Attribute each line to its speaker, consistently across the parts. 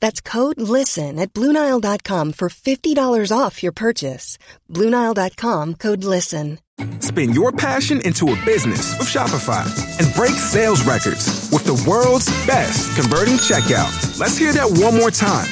Speaker 1: That's code LISTEN at Bluenile.com for $50 off your purchase. Bluenile.com code LISTEN.
Speaker 2: Spin your passion into a business with Shopify and break sales records with the world's best converting checkout. Let's hear that one more time.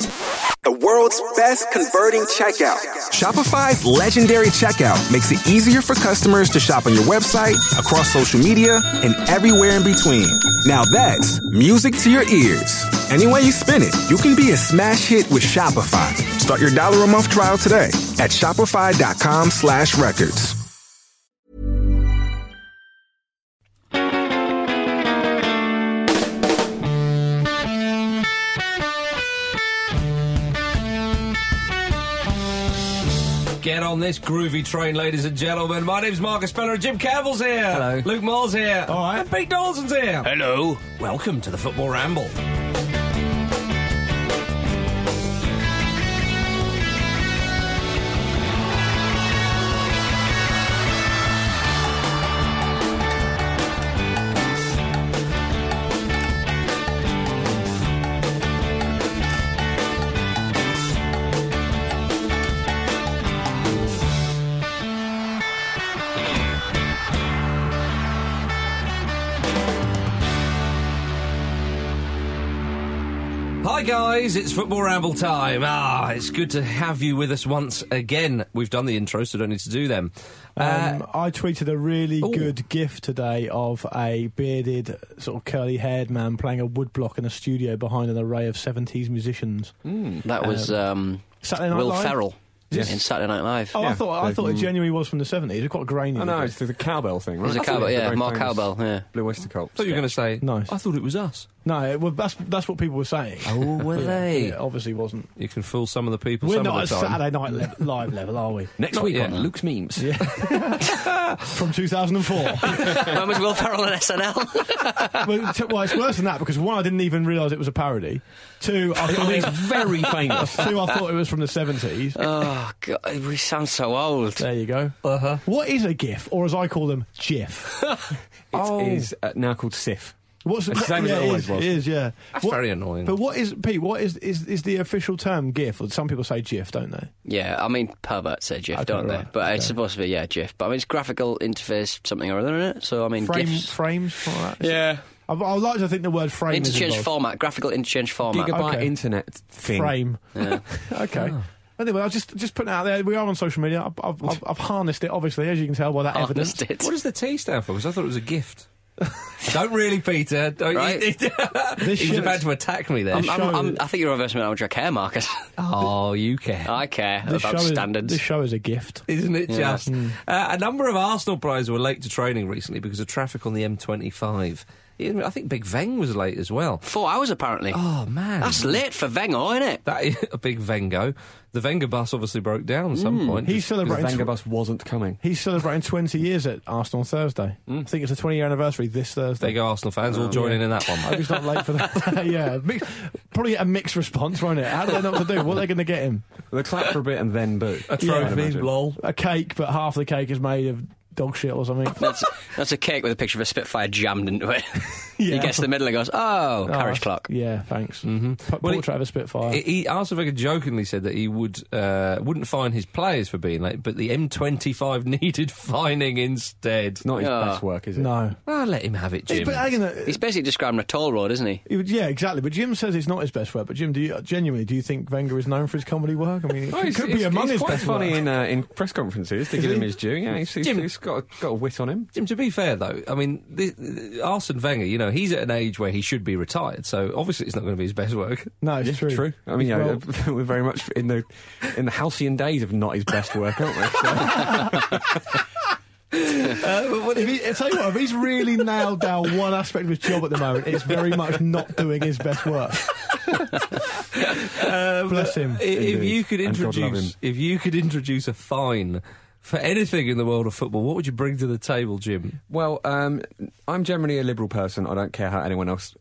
Speaker 2: The world's best converting checkout. Shopify's legendary checkout makes it easier for customers to shop on your website, across social media, and everywhere in between. Now that's music to your ears. Any way you spin it, you can be a smash hit with Shopify. Start your dollar a month trial today at shopify.com slash records.
Speaker 3: Get on this groovy train, ladies and gentlemen. My name's Marcus Speller and Jim Campbell's here. Hello. Luke Moore's here. All right. And Pete Dawson's here. Hello. Welcome to the Football Ramble. Hi, guys. It's Football Ramble time. Ah, it's good to have you with us once again. We've done the intro, so don't need to do them. Uh,
Speaker 4: Um, I tweeted a really
Speaker 3: Ooh.
Speaker 4: good gif today of a bearded, sort of curly haired man playing a woodblock in a studio behind an array of 70s musicians.
Speaker 5: Hmm.
Speaker 6: That was um,
Speaker 4: Saturday Night
Speaker 6: Will
Speaker 4: Live?
Speaker 6: Ferrell in Saturday Night Live.
Speaker 4: Oh, I thought I thought it genuinely was from the 70s. It's quite grainy.
Speaker 5: I know, it's the, the cowbell thing, right?
Speaker 6: He's a
Speaker 5: That's the-
Speaker 6: cowbell,
Speaker 5: the
Speaker 6: yeah,
Speaker 5: very
Speaker 6: Mark
Speaker 5: famous
Speaker 6: Cowbell, yeah.
Speaker 5: Blue Oyster Cult.
Speaker 3: I thought you were going to say.
Speaker 4: Nice.
Speaker 3: I thought it was us.
Speaker 4: No, it, well, that's that's what people were saying.
Speaker 3: Oh, were they?
Speaker 4: It obviously wasn't.
Speaker 3: You can fool some of the people
Speaker 4: We're
Speaker 3: some
Speaker 4: not at
Speaker 3: of the time.
Speaker 4: Saturday Night le- Live level, are we?
Speaker 5: Next
Speaker 3: Not
Speaker 5: week
Speaker 3: yet.
Speaker 5: on Luke's Memes. Yeah.
Speaker 4: From 2004.
Speaker 6: when was Will Ferrell on SNL?
Speaker 4: well, t- well, it's worse than that because one, I didn't even realise it was a parody. Two, I thought it
Speaker 5: He's
Speaker 4: was,
Speaker 5: very famous. Uh,
Speaker 4: two, I thought it was from the 70s.
Speaker 6: oh, God, we sound so old.
Speaker 4: There you go. Uh-huh. is a GIF, or as I call them, GIF?
Speaker 5: It is
Speaker 4: Hmm.
Speaker 5: uh, now called SIF.
Speaker 4: What's
Speaker 5: It's the same as
Speaker 4: yeah,
Speaker 5: it always
Speaker 4: is,
Speaker 5: was.
Speaker 4: It is, yeah.
Speaker 3: That's very annoying.
Speaker 4: But what is Pete? What is is is the official term GIF? Or some people say GIF, don't they?
Speaker 6: Yeah, I mean, perverts say GIF,
Speaker 4: Okay,
Speaker 6: don't they?
Speaker 4: right,
Speaker 6: But
Speaker 4: okay.
Speaker 6: it's supposed to be, yeah, GIF. But I mean, it's graphical interface, something or other, isn't it? So, I mean,
Speaker 4: Frame,
Speaker 6: GIFs.
Speaker 4: frames. something like that.
Speaker 6: Yeah.
Speaker 4: I, I like to think the word frame
Speaker 6: Interchange
Speaker 4: is involved.
Speaker 6: format, graphical interchange format. Oh,
Speaker 5: Gigabyte
Speaker 4: Okay.
Speaker 5: internet thing.
Speaker 4: Frame.
Speaker 6: Yeah.
Speaker 4: okay. Anyway, I'll just just put it out there. We are on social media. I've, I've, I've, I've harnessed it, obviously, as you can tell by that evidence.
Speaker 6: Harnessed it.
Speaker 3: What does the T stand for? Because I thought it was a gift. don't really, Peter. Don't
Speaker 6: Right.
Speaker 3: he was
Speaker 4: shows-
Speaker 3: about to attack me there.
Speaker 6: I'm, I'm, I'm, I think you're reversing me. How much I care, Marcus.
Speaker 3: oh, you care.
Speaker 6: I care
Speaker 4: This
Speaker 6: about
Speaker 4: show is-
Speaker 6: standards.
Speaker 4: this show is a gift.
Speaker 3: Isn't it just? Uh, a number of Arsenal players were late to training recently because of traffic on the M25
Speaker 5: I think Big Veng was late as well.
Speaker 6: Four hours apparently.
Speaker 5: Oh man,
Speaker 6: That's late for Vengo, isn't it?
Speaker 5: That is a big Vengo. The Venga bus obviously broke down at some point.
Speaker 4: He's
Speaker 7: The
Speaker 4: celebrating.
Speaker 7: Wenger
Speaker 4: tw-
Speaker 7: bus wasn't coming.
Speaker 4: He's celebrating 20 years at Arsenal on Thursday. I think it's the 20 year anniversary this Thursday.
Speaker 5: there you go, Arsenal fans, all joining in that one.
Speaker 4: I hope he's not late for that. yeah, mix, probably a mixed response, won't it? How do they know what to do? What are they going to get him?
Speaker 7: They clap for a bit and then boo.
Speaker 5: A
Speaker 7: Yeah, I'd
Speaker 5: trophy,
Speaker 7: imagine.
Speaker 5: lol.
Speaker 4: A cake, but half the cake is made of dog shit or something.
Speaker 6: That's, that's a cake with a picture of a Spitfire jammed into it.
Speaker 4: Yeah.
Speaker 6: He gets to the middle and goes, oh, carriage clock.
Speaker 4: Yeah, thanks. Mm-hmm.
Speaker 5: Well,
Speaker 4: portrait of a Spitfire.
Speaker 5: He, he Arsene Wenger jokingly said that he would uh, wouldn't fine his players for being late, but the M25 needed fining instead.
Speaker 7: It's not his
Speaker 6: Yeah.
Speaker 7: best work, is it?
Speaker 4: no.
Speaker 5: Ah, let him have it, Jim.
Speaker 4: But hang on, uh,
Speaker 6: He's basically describing a toll road, isn't he?
Speaker 4: it would- yeah, exactly. But Jim says it's not his best work. But Jim, do you, genuinely, do you think Wenger is known for his comedy work? I mean, it
Speaker 7: Oh,
Speaker 4: could
Speaker 7: he's-
Speaker 4: could be
Speaker 7: he's-
Speaker 4: among
Speaker 7: he's
Speaker 4: his
Speaker 7: quite
Speaker 4: best
Speaker 7: funny
Speaker 4: work.
Speaker 7: in uh, in press conferences to give him his due. Yeah, he's, he's,
Speaker 5: Jim-
Speaker 7: he's got a, got a wit on him.
Speaker 5: Jim, to be fair though, I mean, this, uh, Arsene Wenger, you know, he's at an age where he should be retired, so obviously it's not going to be his best work.
Speaker 4: No, it's true.
Speaker 7: I mean, you know,
Speaker 4: Well-
Speaker 7: we're very much in the in the halcyon days of not his best work, aren't we? So,
Speaker 4: Uh, but what if he, I tell you what, if he's really nailed down one aspect of his job at the moment, it's very much not doing his best work.
Speaker 7: Um,
Speaker 4: Bless him.
Speaker 5: I- If
Speaker 7: Indeed.
Speaker 5: you could
Speaker 7: And God love
Speaker 5: introduce,
Speaker 7: him.
Speaker 5: if you could introduce a fine for anything in the world of football, what would you bring to the table, Jim?
Speaker 7: well, um, I'm generally a liberal person. I don't care how anyone else,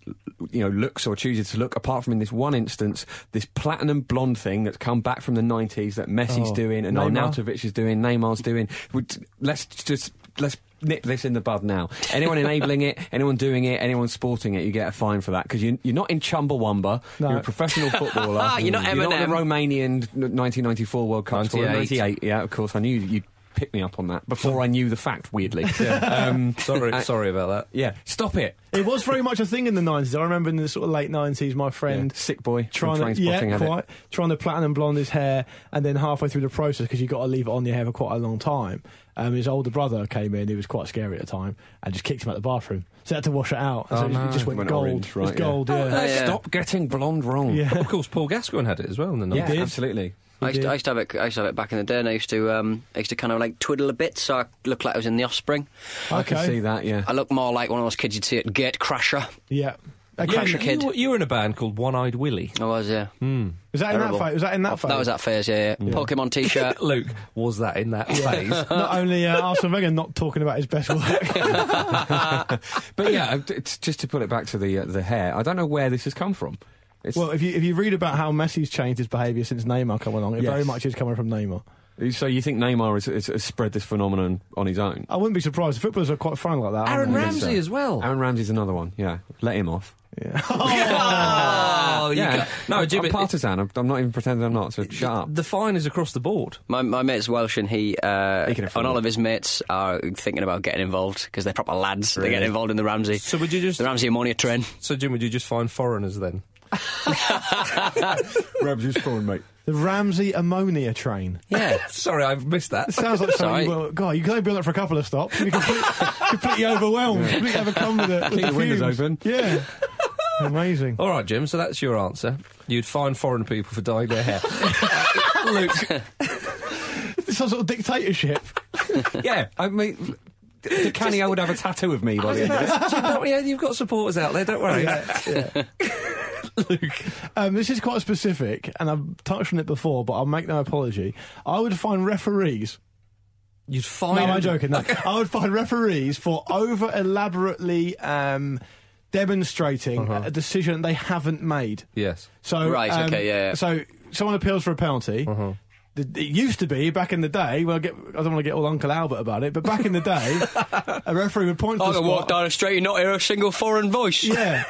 Speaker 7: you know, looks or chooses to look. Apart from in this one instance, this platinum blonde thing that's come back from the '90s that Messi's
Speaker 4: Oh,
Speaker 7: doing and
Speaker 4: Neymar.
Speaker 7: Arnautovic is doing, Neymar's doing. Would- Let's just let's. Nip this in the bud now. Anyone enabling it, anyone doing it, anyone sporting it, you get a fine for that because you, you're not in Chumbawamba.
Speaker 4: No.
Speaker 7: You're a professional footballer.
Speaker 6: You're not
Speaker 7: You're not in
Speaker 6: Eminem.
Speaker 7: a Romanian 1994 World Cup. scorer.
Speaker 5: 98.
Speaker 7: 98. Yeah, of course. I knew you'd pick me up on that before I knew the fact. Weirdly. Um,
Speaker 5: Sorry,
Speaker 7: I-
Speaker 5: sorry about that.
Speaker 7: yeah. Stop it.
Speaker 4: It was very much a thing in the 90s. I remember in the sort of late 90s, my friend.
Speaker 7: Yeah, sick boy from
Speaker 4: Trying to,
Speaker 7: Trainspotting
Speaker 4: yeah,
Speaker 7: had it.
Speaker 4: quite, trying to platinum blonde his hair, and then halfway through the process, because you've got to leave it on your hair for quite a long time, um, his older brother came in, who was quite scary at the time, and just kicked him out the bathroom. So he had to wash it out. And so
Speaker 7: Oh,
Speaker 4: it
Speaker 7: no.
Speaker 4: just went,
Speaker 7: Went
Speaker 4: gold.
Speaker 7: orange,
Speaker 4: It was
Speaker 7: right, yeah. Oh,
Speaker 4: gold, yeah.
Speaker 6: yeah.
Speaker 7: Stop getting blonde wrong.
Speaker 4: Yeah.
Speaker 5: Of course, Paul Gascoigne had it as well in the
Speaker 7: Yeah,
Speaker 5: nineties.
Speaker 7: absolutely.
Speaker 6: I
Speaker 4: did.
Speaker 6: used, to, I used to have it. I used to have it back in the day, and I used to, um, I used to kind of like twiddle a bit, so I looked like I was in the offspring.
Speaker 7: I can
Speaker 4: Okay.
Speaker 7: see that. Yeah.
Speaker 6: I looked more like one of those kids you'd see at Gate Crasher.
Speaker 4: Yeah.
Speaker 6: Yeah,
Speaker 4: Okay.
Speaker 6: sure. Kid.
Speaker 5: You, were- you were in a band called One Eyed Willie.
Speaker 6: I was, yeah.
Speaker 4: Was that in that
Speaker 6: Terrible.
Speaker 4: fight? Was that in that fight?
Speaker 6: That was that phase, yeah. yeah. Pokemon T-shirt.
Speaker 5: Luke, was that in that phase?
Speaker 4: Not only uh, Arsene Wenger not talking about his best work.
Speaker 7: But yeah, I- it's, just to put it back to the uh, the hair. I don't know where this has come from. It's,
Speaker 4: well, if you if you read about how Messi's changed his behaviour since Neymar came along, it
Speaker 7: Yes.
Speaker 4: very much is coming from Neymar.
Speaker 7: so you think Neymar has, has, has spread this phenomenon on his own?
Speaker 4: I wouldn't be surprised. Footballers are quite fun like that. aren't
Speaker 5: Aaron
Speaker 4: they?
Speaker 5: Ramsey as well.
Speaker 7: Aaron Ramsey's another one. Yeah, let him off.
Speaker 6: Ah,
Speaker 5: Oh, you
Speaker 7: yeah,
Speaker 5: can't- no,
Speaker 7: I'm,
Speaker 5: Jim.
Speaker 7: I'm
Speaker 5: it-
Speaker 7: partisan. I'm, I'm not even pretending I'm not. So shut up.
Speaker 5: Uh, The fine is across the board.
Speaker 6: My, my mate's Welsh, and he, uh,
Speaker 7: He can
Speaker 6: and
Speaker 7: afford
Speaker 6: all
Speaker 7: it.
Speaker 6: of his mates are thinking about getting involved because they're proper lads. They get
Speaker 7: Really?
Speaker 6: involved in the Ramsey,
Speaker 5: So would you just?
Speaker 6: the Ramsey ammonia train.
Speaker 5: So Jim, would you just find foreigners then?
Speaker 7: Ramsey's phone, mate.
Speaker 4: The Ramsey ammonia train.
Speaker 5: Yeah. Sorry, I've missed that.
Speaker 4: Sounds like something.
Speaker 6: Sorry.
Speaker 4: you were- God, you can only build up for a couple of stops. You're completely, completely overwhelmed. Completely overcome with it.
Speaker 7: Keep the windows open.
Speaker 4: Yeah. Amazing.
Speaker 5: All right, Jim. So that's your answer. You'd fine foreign people for dyeing their hair. Uh, Luke.
Speaker 4: Some sort of dictatorship.
Speaker 7: Yeah, I mean, Canio would have a tattoo of me by the end of it.
Speaker 5: Jim, don't worry, you've got supporters out there. Don't worry.
Speaker 4: Um, this is quite specific, and I've touched on it before, but I'll make no apology. I would find referees
Speaker 5: You'd fine.
Speaker 4: No, I'm joking. No. I would find referees for over elaborately um, demonstrating a decision they haven't made.
Speaker 5: Yes.
Speaker 4: So
Speaker 6: Uh-huh. Right,
Speaker 4: um,
Speaker 6: okay, yeah, Uh-huh. yeah.
Speaker 4: So someone appeals for a penalty. The- It used to be back in the day. Well, I, get, I don't want to get all Uncle Albert about it, but back in the day, a referee would point to
Speaker 6: I
Speaker 4: the
Speaker 6: can walk
Speaker 4: spot.
Speaker 6: down a street and not hear a single foreign voice.
Speaker 4: Yeah.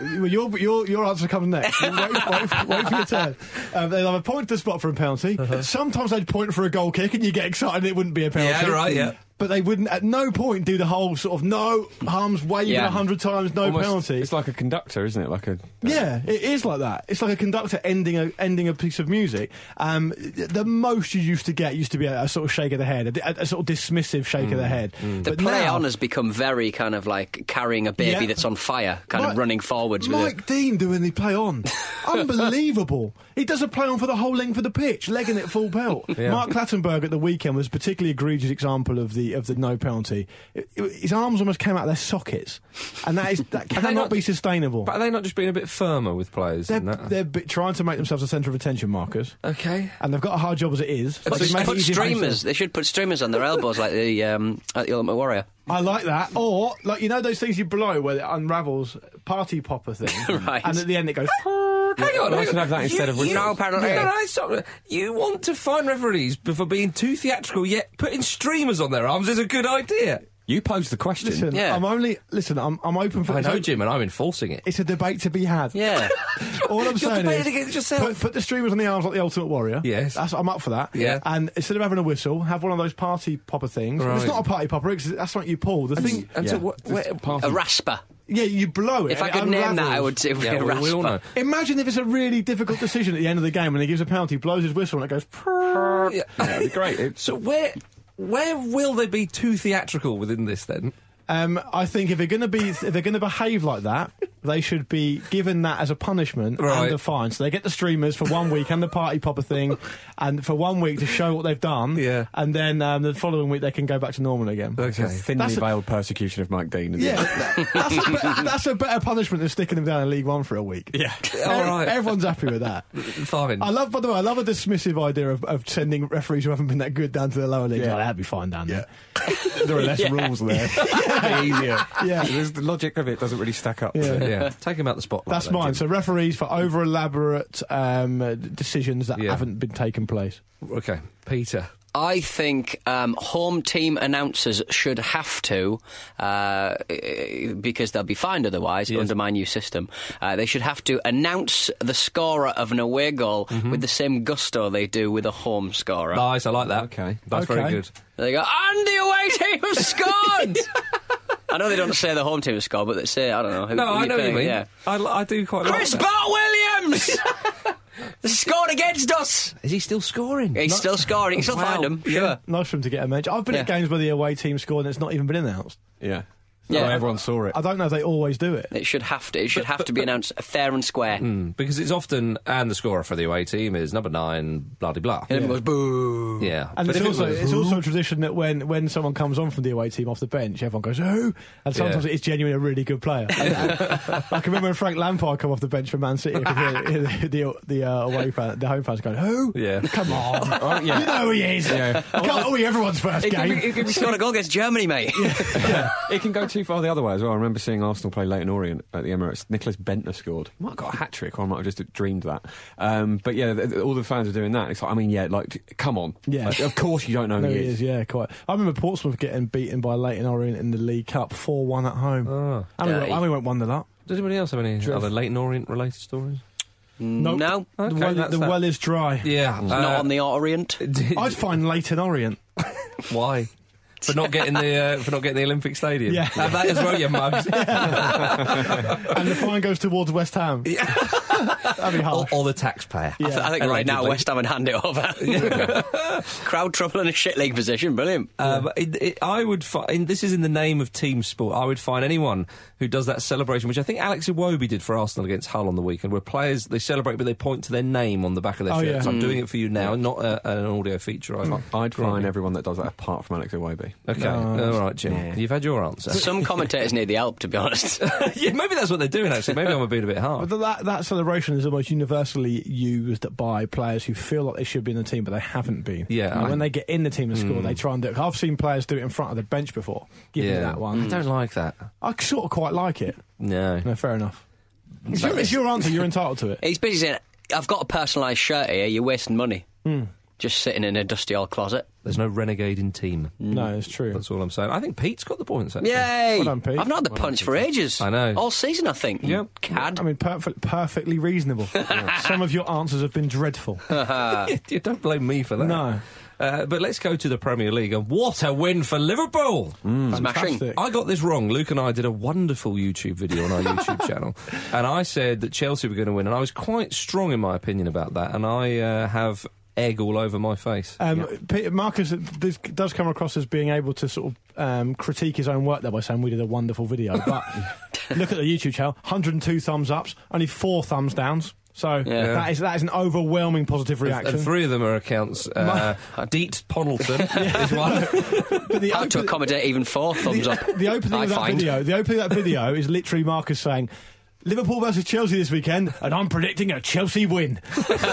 Speaker 4: Well, your, your, your answer comes next. You Wait, wait, wait for your turn. Um, they'll have a point to the spot for a penalty. Sometimes they'd point for a goal kick and you get excited and it wouldn't be a penalty.
Speaker 5: Yeah, right, yeah.
Speaker 4: But they wouldn't, at no point, do the whole sort of no harms, waving a
Speaker 6: Yeah.
Speaker 4: hundred times, no
Speaker 7: Almost-
Speaker 4: penalty.
Speaker 7: It's like a conductor, isn't it? Like a
Speaker 4: yeah, it is like that. It's like a conductor ending a ending a piece of music. Um, the most you used to get used to be a, a sort of shake of the head, a, a sort of dismissive shake of the head.
Speaker 6: The
Speaker 4: But
Speaker 6: play
Speaker 4: now-
Speaker 6: on has become very kind of like carrying a baby
Speaker 4: Yeah.
Speaker 6: that's on fire, kind
Speaker 4: Mike-
Speaker 6: of running forwards with
Speaker 4: Mike
Speaker 6: it.
Speaker 4: Dean doing the play on. Unbelievable. He does a play on for the whole length of the pitch, legging it full pelt. Mark Clattenburg at the weekend was a particularly egregious example of the the of the no penalty, it, it- his arms almost came out of their sockets, and that is that
Speaker 5: they
Speaker 4: cannot
Speaker 5: not
Speaker 4: be
Speaker 5: just-
Speaker 4: sustainable.
Speaker 5: But are they not just being a bit firmer with players?
Speaker 4: They're,
Speaker 5: than that?
Speaker 4: they're bi- trying to make themselves a centre of attention, Marcus,
Speaker 5: okay.
Speaker 4: and they've got a hard job as it is. so
Speaker 6: Put,
Speaker 4: it makes it
Speaker 6: put
Speaker 4: easier for themselves.
Speaker 6: streamers. They should put streamers on their elbows like the um, like the Ultimate Warrior.
Speaker 4: I like that. Or like you know those things you blow where it unravels party popper thing,
Speaker 6: Right.
Speaker 4: and at the end it goes.
Speaker 5: Hang on, hang
Speaker 4: Nice to
Speaker 5: on.
Speaker 4: have that
Speaker 5: instead of
Speaker 6: you- No penalty.
Speaker 5: No, no, stop. You want to fine referees for being too theatrical, yet putting streamers on their arms is a good idea. You posed the question.
Speaker 4: Listen,
Speaker 6: Yeah.
Speaker 4: I'm only listen. I'm I'm open for.
Speaker 5: I know,
Speaker 4: it's a-
Speaker 5: Jim, and I'm enforcing it.
Speaker 4: It's a debate to be had.
Speaker 6: Yeah.
Speaker 4: All I'm
Speaker 5: You're
Speaker 4: saying
Speaker 5: debating
Speaker 4: is,
Speaker 5: against yourself.
Speaker 4: Put, put the streamers on the arms like the Ultimate Warrior.
Speaker 5: Yes.
Speaker 4: that's I'm up for that.
Speaker 5: Yeah.
Speaker 4: and instead of having a whistle, have one of those party popper things.
Speaker 5: Right.
Speaker 4: It's not a party popper. It's, that's what you pull. The thing.
Speaker 5: And
Speaker 4: yeah.
Speaker 5: so what? where-
Speaker 6: a rasper.
Speaker 4: yeah, you blow it.
Speaker 6: If I
Speaker 4: and
Speaker 6: could
Speaker 4: it
Speaker 6: name that, I
Speaker 4: unravels.
Speaker 6: would say it would
Speaker 5: yeah,
Speaker 6: be a
Speaker 5: well,
Speaker 6: rasper.
Speaker 5: we all know.
Speaker 4: Imagine if it's a really difficult decision at the end of the game and he gives a penalty, blows his whistle, and it goes. "Prrr."
Speaker 5: Yeah, that'd be great. so where where will they be too theatrical within this then?
Speaker 4: Um, I think if they're going to be if they're going to behave like that, they should be given that as a punishment
Speaker 5: Right.
Speaker 4: and a fine. So they get the streamers for one week and the party popper thing, and for one week to show what they've done.
Speaker 5: Yeah.
Speaker 4: and then um, the following week they can go back to normal again.
Speaker 5: Thin-
Speaker 4: That's a-
Speaker 7: veiled persecution of Mike Dean.
Speaker 4: Yeah, that- that's a, better, that's a better punishment than sticking them down in League One for a week. Yeah,
Speaker 5: All right.
Speaker 4: everyone's happy with that.
Speaker 5: Fine.
Speaker 4: I love, by the way, I love a dismissive idea of, of sending referees who haven't been that good down to the lower leagues. Yeah, that'd be fine down there.
Speaker 7: there are less rules there. easier.
Speaker 4: Yeah.
Speaker 7: There's- the logic of it doesn't really stack up.
Speaker 4: Yeah.
Speaker 5: yeah, take him out the spotlight.
Speaker 4: That's
Speaker 5: then,
Speaker 4: mine.
Speaker 5: Jim.
Speaker 4: So referees for over elaborate um, uh, decisions that
Speaker 5: Yeah.
Speaker 4: haven't been taken place.
Speaker 5: Okay, Peter.
Speaker 6: I think um, home team announcers should have to, uh, because they'll be fined otherwise under my new system. Uh, they should have to announce the scorer of an away goal with the same gusto they do with a home scorer.
Speaker 5: Nice, I like that.
Speaker 7: Okay.
Speaker 5: that's very
Speaker 4: Okay.
Speaker 5: good.
Speaker 6: They go, and the away team have scored. I know they don't say the home team have scored, but they say I don't know. Who,
Speaker 5: No,
Speaker 6: who
Speaker 5: I know what you
Speaker 6: playing,
Speaker 5: mean.
Speaker 6: Yeah.
Speaker 5: I, li- I do quite
Speaker 6: Chris
Speaker 5: like that.
Speaker 6: Bart Williams scored against us.
Speaker 5: Is he still scoring?
Speaker 6: He's still scoring. You can still
Speaker 5: Wow.
Speaker 6: find him.
Speaker 5: Yeah.
Speaker 6: Sure.
Speaker 4: Nice for him to get a mention. I've been at
Speaker 6: Yeah.
Speaker 4: games where the away team scored and it's not even been announced.
Speaker 7: Yeah.
Speaker 6: Yeah.
Speaker 7: Oh, everyone saw it.
Speaker 4: I don't know if they always do it.
Speaker 6: It should have to. It should have to be announced fair and square.
Speaker 5: Because it's often, and the scorer for the away team is number nine, blah de blah.
Speaker 6: And everyone goes boo.
Speaker 5: Yeah.
Speaker 4: And
Speaker 5: But
Speaker 4: it's
Speaker 5: if it
Speaker 4: also,
Speaker 5: was-
Speaker 4: it's also a tradition that when, when someone comes on from the away team off the bench, everyone goes, who? And sometimes
Speaker 5: Yeah.
Speaker 4: it's genuinely a really good player. And- and I can remember when Frank Lampard come off the bench for Man City, I could hear the, the, the uh, away fan, the home fans going, who?
Speaker 5: Yeah.
Speaker 4: Come on. You know who he is.
Speaker 7: Yeah.
Speaker 4: Can't, oh, everyone's first
Speaker 6: It could,
Speaker 4: game.
Speaker 6: be, it could be scored a goal against Germany, mate.
Speaker 7: It can go too far the other way as well. I remember seeing Arsenal play Leighton Orient at the Emirates. Nicholas Bentner scored. He might have got a hat trick, or I might have just dreamed that. Um, but yeah, th- th- all the fans are doing that. It's like, I mean, yeah, like, come on.
Speaker 4: Yeah.
Speaker 7: Like, of course you don't know
Speaker 4: No,
Speaker 7: who
Speaker 4: he is. Yeah, quite. I remember Portsmouth getting beaten by Leighton Orient in the League Cup, four-one at home,
Speaker 5: Oh.
Speaker 4: and, we went,
Speaker 6: Dirty.
Speaker 4: and we went one 0 up.
Speaker 5: Does anybody else have any
Speaker 4: Dreadful.
Speaker 5: other Leighton Orient related stories?
Speaker 4: Nope.
Speaker 6: No,
Speaker 4: the
Speaker 5: Okay,
Speaker 4: well,
Speaker 5: that's
Speaker 4: the
Speaker 5: that.
Speaker 4: well is dry.
Speaker 5: Yeah. uh,
Speaker 6: it's not on the Orient.
Speaker 4: I'd find Leighton Orient.
Speaker 5: Why? For not getting the uh, for not getting the Olympic Stadium.
Speaker 4: Yeah.
Speaker 5: Have that as well, you mugs.
Speaker 4: and the fine goes towards West Ham. That'd be
Speaker 5: or,
Speaker 4: harsh.
Speaker 5: or the taxpayer.
Speaker 6: I, th- I think right now
Speaker 5: Allegedly.
Speaker 6: West Ham would hand it over. Crowd trouble in a shit league position. Brilliant.
Speaker 5: Um, it, it, I would find this is in the name of team sport. I would find anyone who does that celebration, which I think Alex Iwobi did for Arsenal against Hull on the weekend, where players they celebrate but they point to their name on the back of their
Speaker 4: Oh,
Speaker 5: shirts.
Speaker 4: yeah. Mm.
Speaker 5: I'm doing it for you now, not a, an audio feature. I
Speaker 7: I'd fine everyone that does that apart from Alex Iwobi.
Speaker 5: Okay, all right, Jim, you've had your answer.
Speaker 6: Some commentators need the help, to be honest.
Speaker 5: yeah, maybe that's what they're doing. Actually, maybe I'm being a bit
Speaker 4: But
Speaker 5: hard.
Speaker 4: th- that, that celebration is almost universally used by players who feel like they should be in the team, but they haven't been.
Speaker 5: Yeah,
Speaker 4: And
Speaker 5: I- Hmm.
Speaker 4: when they get in the team and score, they try and do it. I've seen players do it in front of the bench before. Give me
Speaker 5: yeah,
Speaker 4: that
Speaker 5: I
Speaker 4: one.
Speaker 5: don't like that.
Speaker 4: I sort of quite like it.
Speaker 5: No.
Speaker 4: No, fair enough. It's your, it's your answer. You're entitled to it.
Speaker 6: He's busy saying, "I've got a personalised shirt here. You're wasting money.
Speaker 4: Hmm.
Speaker 6: Just sitting in a dusty old closet."
Speaker 5: There's no renegade in team.
Speaker 6: Mm-hmm.
Speaker 4: No, it's true.
Speaker 5: That's all I'm saying. I think Pete's got the points. Actually.
Speaker 6: Yay!
Speaker 4: Well done, Pete.
Speaker 6: I've not had the punch for ages.
Speaker 5: I know.
Speaker 6: All season, I think. Yeah. Cad.
Speaker 4: I mean, perfect, perfectly reasonable. Some of your answers have been dreadful.
Speaker 5: you, you don't blame me for that.
Speaker 4: No.
Speaker 5: Uh, but let's go to the Premier Legue, and what a win for Liverpool!
Speaker 4: Mm.
Speaker 6: Smashing.
Speaker 5: I got this wrong. Luke and I did a wonderful YouTube video on our YouTube channel, and I said that Chelsea were going to win, and I was quite strong in my opinion about that, and I uh, have egg all over my face.
Speaker 4: Um, Pe- Marcus this does come across as being able to sort of um, critique his own work there by saying we did a wonderful video. But look at the YouTube channel 102 thumbs ups, only four thumbs downs. So
Speaker 6: Yeah.
Speaker 4: that is that is an overwhelming positive reaction.
Speaker 5: And three of them are accounts. Uh, Deet Ponelton is one.
Speaker 4: But the
Speaker 6: How to
Speaker 4: open-
Speaker 6: accommodate even four thumbs up.
Speaker 4: the opening
Speaker 6: I
Speaker 4: of that
Speaker 6: find.
Speaker 4: video. The opening of that video is literally Marcus saying. Liverpool versus Chelsea this weekend, and I'm predicting a Chelsea win.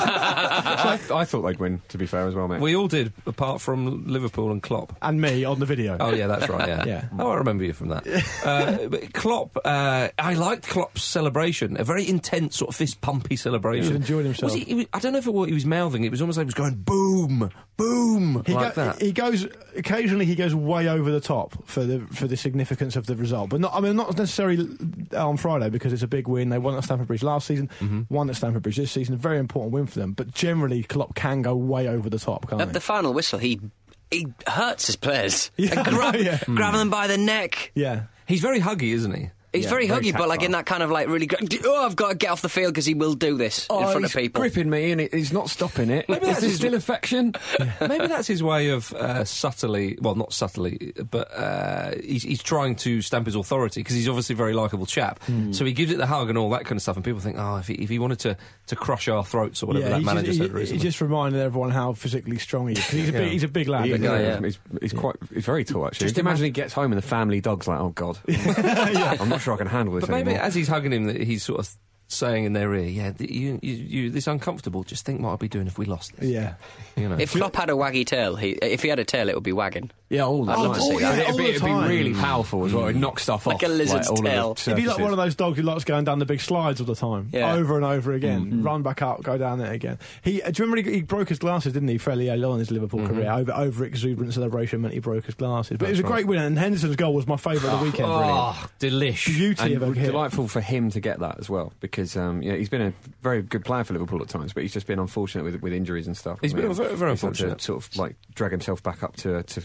Speaker 7: I, I thought they'd win, to be fair, as well, mate.
Speaker 5: We all did, apart from Liverpool and Klopp.
Speaker 4: and me on the video.
Speaker 5: Oh yeah, that's right. Yeah,
Speaker 4: Yeah.
Speaker 5: Oh, I remember you from that. Uh, but Klopp, uh, I liked Klopp's celebration, a very intense sort of fist pumpy celebration.
Speaker 4: He was enjoying himself.
Speaker 5: Was he, he was- I don't know if it was, he was mouthing. It was almost like he was going boom, boom,
Speaker 4: He,
Speaker 5: like
Speaker 4: go-
Speaker 5: that.
Speaker 4: he goes occasionally. He goes way over the top for the for the significance of the result, but not. I mean, not necessarily uh, on Friday because it's a big win. They won at Stamford Bridge last season,
Speaker 5: Mm-hmm.
Speaker 4: won at Stamford Bridge this season. A very important win for them. But generally, Klopp can go way over the top, can't
Speaker 6: At
Speaker 4: he?
Speaker 6: the final whistle, he he hurts his players.
Speaker 4: Yeah,
Speaker 6: And grab,
Speaker 4: yeah.
Speaker 6: grabbing them by the neck.
Speaker 4: yeah,
Speaker 5: He's very huggy, isn't he?
Speaker 6: He's
Speaker 7: Yeah,
Speaker 6: very
Speaker 7: very
Speaker 6: huggy, but like
Speaker 7: tactile.
Speaker 6: in that kind of like really. Gra- oh, I've got to get off the field because he will do this
Speaker 5: Oh,
Speaker 6: in front of
Speaker 7: he's
Speaker 6: people.
Speaker 7: gripping me and he's not stopping it.
Speaker 5: Maybe
Speaker 7: Is
Speaker 5: that's
Speaker 7: this
Speaker 5: his-
Speaker 7: still affection?
Speaker 5: Maybe that's his way of uh, subtly, well, not subtly, but uh, he's, he's trying to stamp his authority because he's obviously a very likable chap.
Speaker 4: Hmm.
Speaker 5: So he gives it the hug and all that kind of stuff, and people think, oh, if he, if he wanted to, to crush our throats or whatever
Speaker 4: yeah.
Speaker 5: that
Speaker 4: He
Speaker 5: manager
Speaker 4: just,
Speaker 5: said
Speaker 4: he, he
Speaker 5: recently.
Speaker 4: just reminded everyone how physically strong he is. 'Cause He's a big, he's a big lad.
Speaker 7: He is,
Speaker 4: isn't he?
Speaker 6: guy, yeah.
Speaker 7: He's, he's quite. He's very tall, actually.
Speaker 6: Just
Speaker 7: Just
Speaker 6: imagine-
Speaker 7: imagine he gets home and the family dog's like, "Oh God, I'm not sure I can handle this
Speaker 5: but maybe
Speaker 7: anymore."
Speaker 5: as he's hugging him, that he's sort of saying in their ear, yeah, th- you, you, you, this uncomfortable, just think what I'd be doing if we lost this.
Speaker 4: yeah.
Speaker 5: You know.
Speaker 6: If Klopp had a waggy tail, he, if he had a tail, it would be wagging.
Speaker 7: yeah, all the
Speaker 6: I'd love to
Speaker 7: time.
Speaker 6: see that.
Speaker 7: It'd,
Speaker 4: All
Speaker 7: be,
Speaker 4: the
Speaker 7: it'd be
Speaker 4: time.
Speaker 7: really powerful as well. It'd knock stuff
Speaker 6: Like
Speaker 7: off
Speaker 6: a lizard's
Speaker 7: all of the
Speaker 6: tail.
Speaker 4: He'd be like
Speaker 7: surfaces.
Speaker 4: one of those dogs who likes going down the big slides all the time,
Speaker 6: Yeah.
Speaker 4: over and over again.
Speaker 5: Mm-hmm.
Speaker 4: Run back up, go down there again. He uh, do you remember he, he broke his glasses, didn't he? Fairly early on in his Liverpool
Speaker 5: Mm-hmm.
Speaker 4: career, over over exuberant celebration meant he broke his glasses. But it was a great win, and Henderson's goal was my favourite of the weekend.
Speaker 5: oh, delish.
Speaker 4: Beauty
Speaker 7: and
Speaker 4: of a hit.
Speaker 7: delightful for him to get that as well because um, you know, he's been a very good player for Liverpool at times, but he's just been unfortunate with, with injuries and stuff.
Speaker 5: He's
Speaker 7: I mean,
Speaker 5: been very- very
Speaker 7: he's had to
Speaker 5: unfortunate.
Speaker 7: sort of like drag himself back up to to,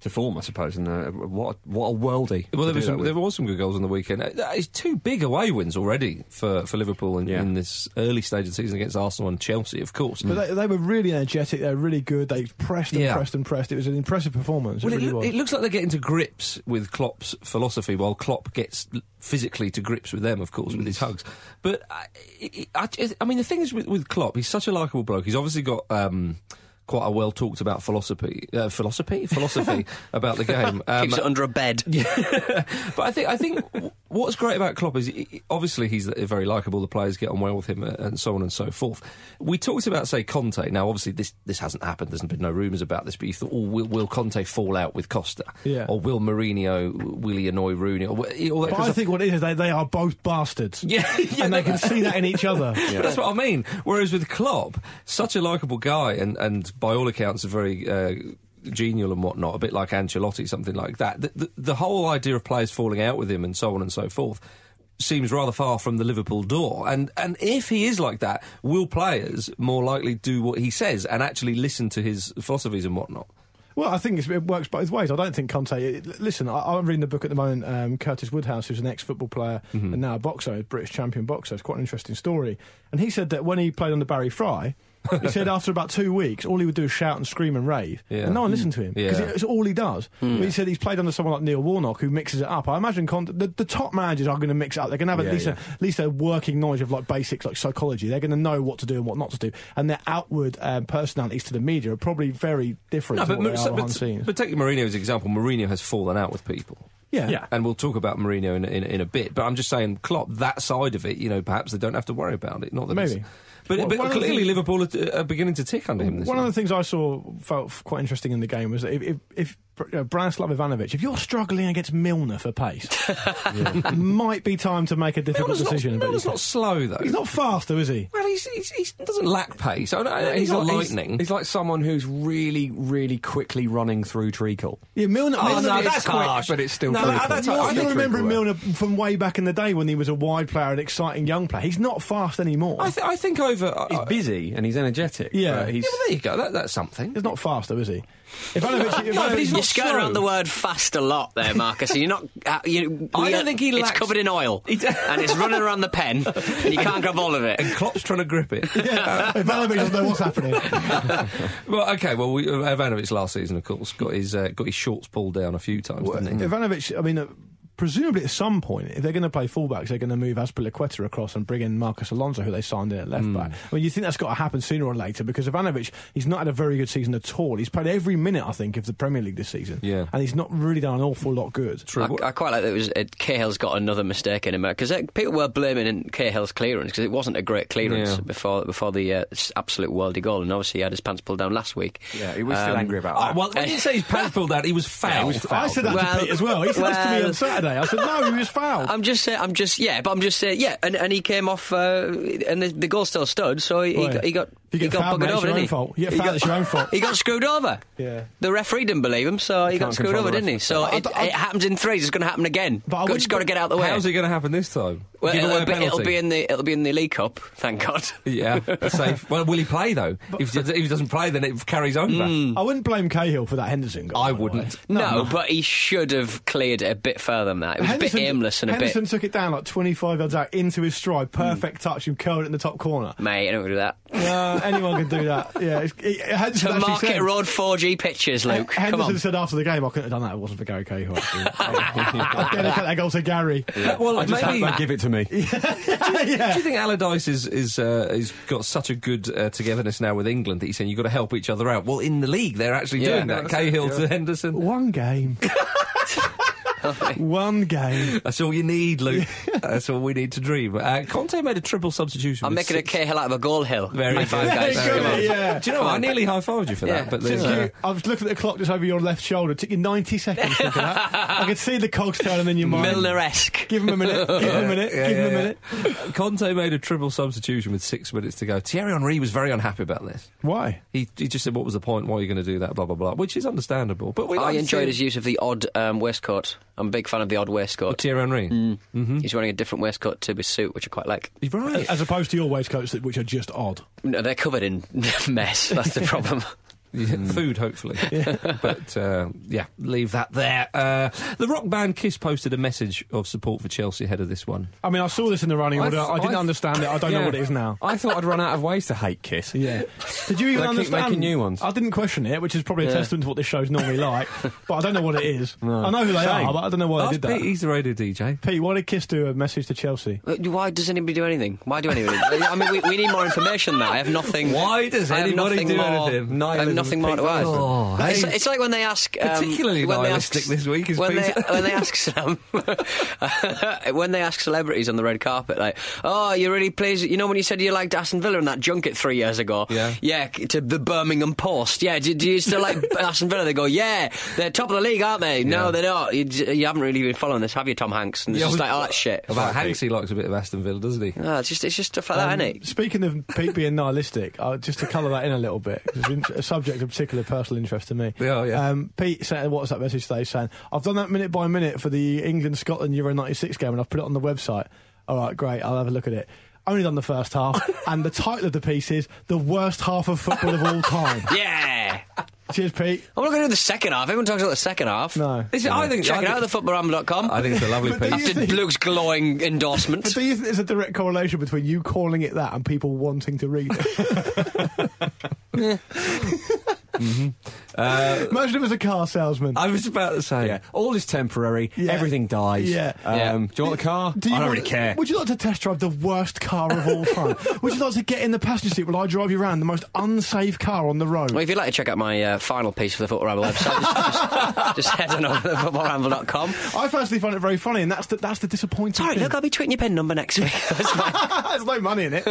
Speaker 7: to form, I suppose. And uh, what what a worldie!
Speaker 5: Well, there,
Speaker 7: to
Speaker 5: was
Speaker 7: do that
Speaker 5: some,
Speaker 7: with.
Speaker 5: there was some good goals on the weekend. Uh, It's two big away wins already for, for Liverpool in,
Speaker 7: Yeah.
Speaker 5: in this early stage of the season against Arsenal and Chelsea, of course.
Speaker 4: But they, they were really energetic. They were really good. They pressed and
Speaker 5: Yeah.
Speaker 4: pressed and pressed. It was an impressive performance.
Speaker 5: well,
Speaker 4: it
Speaker 5: it,
Speaker 4: really
Speaker 5: loo-
Speaker 4: was.
Speaker 5: it looks like they're getting to grips with Klopp's philosophy, while Klopp gets l- physically to grips with them, of course, with his
Speaker 6: Mm.
Speaker 5: hugs. But uh, I, I- I, just- I mean, the thing is with, with Klopp, he's such a likable bloke. He's obviously got. Um, Quite a well talked about philosophy, uh, philosophy, philosophy about the game. Um,
Speaker 6: Keeps it under a bed.
Speaker 5: but I think I think w- what's great about Klopp is he- he- obviously he's very likable. The players get on well with him, uh, and so on and so forth. We talked about say Conte. Now, obviously this this hasn't happened. There's been no rumours about this, but you thought, oh, will, will Conte fall out with Costa?
Speaker 4: Yeah.
Speaker 5: Or will Mourinho? Will he annoy Rooney? Or, wh- all that
Speaker 4: but
Speaker 5: kind
Speaker 4: I
Speaker 5: of stuff.
Speaker 4: think what it is, they, they are both bastards.
Speaker 5: Yeah, yeah,
Speaker 4: and they
Speaker 5: no,
Speaker 4: can see that in each other.
Speaker 5: But that's what I mean. Whereas with Klopp, such a likable guy, and, and by all accounts, a very uh, genial and whatnot, a bit like Ancelotti, something like that. The, the, the whole idea of players falling out with him and so on and so forth seems rather far from the Liverpool door. And and if he is like that, will players more likely do what he says and actually listen to his philosophies and whatnot?
Speaker 4: Well, I think it's, it works both ways. I don't think Conte. It, l- listen, I, I'm reading a book at the moment. Um, Curtis Woodhouse, who's an ex-football player and now a boxer, a British champion boxer. It's quite an interesting story. And he said that when he played under Barry Fry, he said after about two weeks, all he would do is shout and scream and rave,
Speaker 5: Yeah.
Speaker 4: and no one listened to him because
Speaker 5: Yeah.
Speaker 4: it's all he does. But he said he's played under someone like Neil Warnock who mixes it up. I imagine Conte, the, the top managers are going to mix it up. They're going to have at
Speaker 7: Yeah,
Speaker 4: least
Speaker 7: yeah.
Speaker 4: a at least a working knowledge of like basics like psychology. They're going to know what to do and what not to do, and their outward um, personalities to the media are probably very different. to what
Speaker 5: Mar-
Speaker 4: they
Speaker 5: so-
Speaker 4: are behind the scenes.
Speaker 5: but taking Mourinho as an example, Mourinho has fallen out with people.
Speaker 4: yeah,
Speaker 5: And we'll talk about Mourinho in, in, in a bit, but I'm just saying Klopp, that side of it, you know, perhaps they don't have to worry about it. Not that
Speaker 4: Maybe.
Speaker 5: it's- But,
Speaker 4: Well,
Speaker 5: but
Speaker 4: one of the
Speaker 5: clearly,
Speaker 4: things-
Speaker 5: Liverpool are, are beginning to tick under him. This
Speaker 4: One of
Speaker 5: year.
Speaker 4: the things I saw felt f- quite interesting in the game was that if, if, if uh, Branislav Ivanovic, if you're struggling against Milner for pace, might be time to make a difficult
Speaker 5: Milner's not,
Speaker 4: decision. about
Speaker 5: Milner's
Speaker 4: your-
Speaker 5: not slow though.
Speaker 4: he's not faster, is he?
Speaker 5: Well, he's, he's, he's, he doesn't lack pace. I don't, I, he's,
Speaker 7: He's
Speaker 5: not
Speaker 7: like-
Speaker 5: lightning.
Speaker 7: He's, he's like someone who's really, really quickly running through treacle.
Speaker 4: Yeah, Milner.
Speaker 7: I mean,
Speaker 4: Milner-
Speaker 7: look,
Speaker 5: no,
Speaker 7: it's
Speaker 5: that's
Speaker 7: quick,
Speaker 5: harsh.
Speaker 7: but it's still
Speaker 5: No,
Speaker 7: treacle.
Speaker 5: that- that's
Speaker 4: You're,
Speaker 5: harsh.
Speaker 4: you're remembering
Speaker 7: Treacle,
Speaker 4: Milner from way back in the day when he was a wide player, an exciting young player. He's not fast anymore.
Speaker 5: I, th- I think over. I-
Speaker 7: yeah.
Speaker 5: I-
Speaker 7: He's busy and he's energetic.
Speaker 4: Yeah.
Speaker 7: but
Speaker 5: yeah,
Speaker 7: he's
Speaker 5: well, there you go. That, that's something.
Speaker 4: he's not faster, is he? Ivanovic,
Speaker 5: No, but he's
Speaker 4: Ivanovic-
Speaker 5: not
Speaker 6: You're skirting
Speaker 5: slow.
Speaker 6: around the word fast a lot there, Marcus. and You're not. Uh, you,
Speaker 5: I
Speaker 6: we
Speaker 5: don't
Speaker 6: are-
Speaker 5: think he
Speaker 6: It's
Speaker 5: lacks-
Speaker 6: covered in oil,
Speaker 5: He d-
Speaker 6: and it's running around the pen, and you can't grab all of it.
Speaker 5: Klopp's trying to grip it.
Speaker 4: Ivanovic doesn't know what's happening.
Speaker 5: Well, okay. Well, we, uh, Ivanovic last season, of course, got his uh, got his shorts pulled down a few times. didn't he?
Speaker 4: Ivanovic, I mean, uh, presumably at some point, if they're going to play fullbacks, they're going to move Aspilicueta across and bring in Marcus Alonso, who they signed in at left
Speaker 6: Mm.
Speaker 4: back. I mean, you think that's got to happen sooner or later because Ivanovic, he's not had a very good season at all. He's played every minute, I think, of the Premier League this season.
Speaker 5: Yeah.
Speaker 4: And he's not really done an awful lot good.
Speaker 6: I, I quite like that it was uh, Cahill's got another mistake in him because people were blaming Cahill's clearance because it wasn't a great clearance
Speaker 5: Yeah.
Speaker 6: before before the uh, s- absolute worldy goal, and obviously he had his pants pulled down last week.
Speaker 7: Yeah, he was still
Speaker 6: Um,
Speaker 7: angry about that.
Speaker 5: Oh, well, when you say he's pants pulled out, he was fouled.
Speaker 4: I said that
Speaker 6: Well,
Speaker 4: to Pete as well. He said this to me
Speaker 6: well-
Speaker 4: on Saturday. I said, no, he was fouled.
Speaker 6: I'm just saying, I'm just yeah, but I'm just saying yeah, and, and he came off, uh, and the, the goal still stood, so he, he
Speaker 4: Right.
Speaker 6: got he got,
Speaker 4: If you
Speaker 6: he
Speaker 4: get
Speaker 6: got
Speaker 4: fouled, mate,
Speaker 6: buggered
Speaker 4: it's your
Speaker 6: over, didn't
Speaker 4: own
Speaker 6: he?
Speaker 4: fault. You get
Speaker 6: He
Speaker 4: fouled,
Speaker 6: got-
Speaker 4: it's your own fault.
Speaker 6: He got screwed over.
Speaker 4: Yeah.
Speaker 6: The referee didn't believe him, so he got
Speaker 4: can't
Speaker 6: screwed
Speaker 4: control
Speaker 6: over,
Speaker 4: the
Speaker 6: didn't he?
Speaker 4: referee.
Speaker 6: So
Speaker 4: I-
Speaker 6: it,
Speaker 4: I-
Speaker 6: it happens in threes. It's going to happen again.
Speaker 4: But I
Speaker 6: But
Speaker 4: wouldn't
Speaker 6: just got to
Speaker 4: be-
Speaker 6: get out of the way.
Speaker 5: How's it going to happen this time?
Speaker 6: Well,
Speaker 5: Give
Speaker 6: it'll,
Speaker 5: away a
Speaker 6: be,
Speaker 5: penalty.
Speaker 6: it'll be in the it'll be in the League Cup. Thank God.
Speaker 5: yeah, safe. Well, will he play though? if, if he doesn't play, then it carries over.
Speaker 6: Hmm.
Speaker 4: I wouldn't blame Cahill for that Henderson goal.
Speaker 5: I
Speaker 4: by the way.
Speaker 5: wouldn't.
Speaker 6: No, but he should have cleared it a bit further than that. It was a bit aimless and a
Speaker 4: Henderson
Speaker 6: bit. Hmm.
Speaker 4: took it down like 25 yards out into his stride, perfect touch, and curled it in the top corner.
Speaker 6: Mate, I don't do that.
Speaker 4: Uh, anyone can do that. Yeah, it's, it, it- Henderson
Speaker 6: To
Speaker 4: actually
Speaker 6: Market
Speaker 4: said,
Speaker 6: Road 4G pictures, Luke.
Speaker 4: Henderson
Speaker 6: Come on.
Speaker 4: said after the game, I couldn't have done that. if It wasn't for Gary Cahill. I dedicate that goal to Gary.
Speaker 5: Well,
Speaker 7: I just
Speaker 5: maybe.
Speaker 7: hope they give it to me.
Speaker 5: Do you think Allardyce is is uh, has got such a good uh, togetherness now with England that he's saying you've got to help each other out? Well, in the league, they're actually
Speaker 6: Yeah.
Speaker 5: doing that. Cahill to Henderson.
Speaker 4: One game. One game.
Speaker 5: That's all you need, Luke. That's all we need to dream. Uh, Conte made a triple substitution.
Speaker 6: I'm
Speaker 5: with
Speaker 6: making a
Speaker 5: six-
Speaker 6: Cahill out of a goal hill.
Speaker 5: Very
Speaker 6: High five,
Speaker 5: good.
Speaker 6: guys.
Speaker 4: Very
Speaker 6: Come
Speaker 4: good,
Speaker 6: on.
Speaker 4: yeah.
Speaker 5: Do you know what? I nearly high fived you for that,
Speaker 6: Yeah.
Speaker 5: but there's,
Speaker 4: You-
Speaker 5: uh,
Speaker 4: I was looking at the clock just over your left shoulder. It took you 90 seconds. to look at that. I could see the cogs turning in your mind.
Speaker 6: Milner-esque.
Speaker 4: Give him a minute. Give him a minute.
Speaker 5: Yeah,
Speaker 4: give him a
Speaker 5: yeah,
Speaker 4: minute.
Speaker 5: yeah. Uh, Conte made a triple substitution with six minutes to go. Thierry Henry was very unhappy about this.
Speaker 4: Why?
Speaker 5: He, he just said, "What was the point? Why are you going to do that?" Blah blah blah, which is understandable. But we
Speaker 6: I
Speaker 5: like to
Speaker 6: enjoyed
Speaker 5: see-
Speaker 6: his use of the odd um, waistcoat. I'm a big fan of the odd
Speaker 5: Oh,
Speaker 6: waistcoat.
Speaker 5: Thierry Henry.
Speaker 6: Mm.
Speaker 5: Mm-hmm.
Speaker 6: He's wearing a different waistcoat to his suit, which I quite like.
Speaker 5: He's right.
Speaker 4: As opposed to your waistcoats, that- which are just odd.
Speaker 6: No, they're covered in mess. That's the problem.
Speaker 5: Yeah, Food, hopefully. but uh, yeah, leave that there. Uh, the rock band Kiss posted a message of support for Chelsea ahead of this one.
Speaker 4: I mean, I saw this in the running
Speaker 7: I
Speaker 4: order.
Speaker 7: th-
Speaker 4: I didn't
Speaker 7: I th-
Speaker 4: understand it. I don't know
Speaker 7: Yeah.
Speaker 4: what it is now.
Speaker 7: I thought I'd run out of ways to hate Kiss.
Speaker 4: Yeah. Did you even
Speaker 7: They keep
Speaker 4: understand?
Speaker 7: making new ones.
Speaker 4: I didn't question it, which is probably a testament to what this show's normally like. but I don't know what it is. I know who they
Speaker 7: Shame.
Speaker 4: are, but I don't know why
Speaker 5: Ask
Speaker 4: they did
Speaker 5: Pete,
Speaker 4: that.
Speaker 5: he's the radio DJ.
Speaker 4: Pete, why did Kiss do a message to Chelsea?
Speaker 6: Uh, Why does anybody do anything? Why do anybody? I mean, we, we need more information. than That I have nothing.
Speaker 5: Why does
Speaker 6: I have
Speaker 5: anybody
Speaker 6: nothing
Speaker 5: do
Speaker 6: more-
Speaker 5: anything?
Speaker 6: I have
Speaker 7: Nihilism
Speaker 6: nothing
Speaker 7: is
Speaker 6: more to
Speaker 7: peak
Speaker 6: add.
Speaker 5: Oh, that
Speaker 6: it's,
Speaker 5: is-
Speaker 6: it's like when they ask, um,
Speaker 5: Particularly
Speaker 6: when they
Speaker 5: nihilistic
Speaker 6: ask,
Speaker 5: this week is
Speaker 6: when they,
Speaker 5: Peter.
Speaker 6: when they ask some, when they ask celebrities on the red carpet, like, "Oh, you're really pleased? You know when you said you liked Aston Villa in that junket three years ago?
Speaker 5: Yeah.
Speaker 6: yeah, c- to the Birmingham Post. Yeah, do, do you still like Aston Villa? They go, yeah, they're top of the league, aren't they? No,
Speaker 5: Yeah.
Speaker 6: they're not. You, j- you haven't really been following this, have you, Tom Hanks? And it's
Speaker 5: Yeah,
Speaker 6: just
Speaker 5: well-
Speaker 6: like, oh, that shit.
Speaker 5: About Hanks, he likes a bit of Aston Villa, doesn't he?
Speaker 6: Ah, it's just it's just stuff like
Speaker 4: Um,
Speaker 6: that, isn't it?
Speaker 4: Speaking of Pete being nihilistic, uh, just to colour that in a little bit, 'cause it's been a subject of particular personal interest to me.
Speaker 5: Yeah, yeah.
Speaker 4: Um, Pete sent a WhatsApp message today saying, I've done that minute by minute for the England Scotland Euro 96 game and I've put it on the website. All right, great, I'll have a look at it. Only done the first half, and the title of the piece is The Worst Half of Football of All Time.
Speaker 6: Yeah, I'm
Speaker 4: Cheers, Pete.
Speaker 6: not going to do the second half. Everyone talks about the second half.
Speaker 4: No.
Speaker 5: Is it- I think
Speaker 6: Check
Speaker 5: I
Speaker 6: it
Speaker 5: think-
Speaker 6: out, thefootballramble.com.
Speaker 5: I think it's a lovely
Speaker 4: But do
Speaker 5: piece.
Speaker 4: you-
Speaker 6: After Luke's glowing endorsement.
Speaker 4: Do you think there's a direct correlation between you calling it that and people wanting to read it?
Speaker 5: Uh,
Speaker 4: Imagine it was a car salesman.
Speaker 5: I was about to say.
Speaker 7: Yeah, all is temporary.
Speaker 4: Yeah.
Speaker 7: Everything dies.
Speaker 4: Yeah.
Speaker 7: Um,
Speaker 6: Yeah.
Speaker 7: Do you want the car?
Speaker 4: Do you
Speaker 7: I don't
Speaker 4: want-
Speaker 7: really care.
Speaker 4: Would you like to test drive the worst car of all time? would you like to get in the passenger seat while I drive you around the most unsafe car on the road?
Speaker 6: Well, if you'd like to check out my uh, final piece for the Football Ramble website, just, just, just head on over to thefootballramble.com.
Speaker 4: I personally find it very funny, and that's the, that's the disappointing
Speaker 6: Sorry,
Speaker 4: thing.
Speaker 6: look, I'll be tweeting your pen number next week. That's my-
Speaker 4: There's no money in it.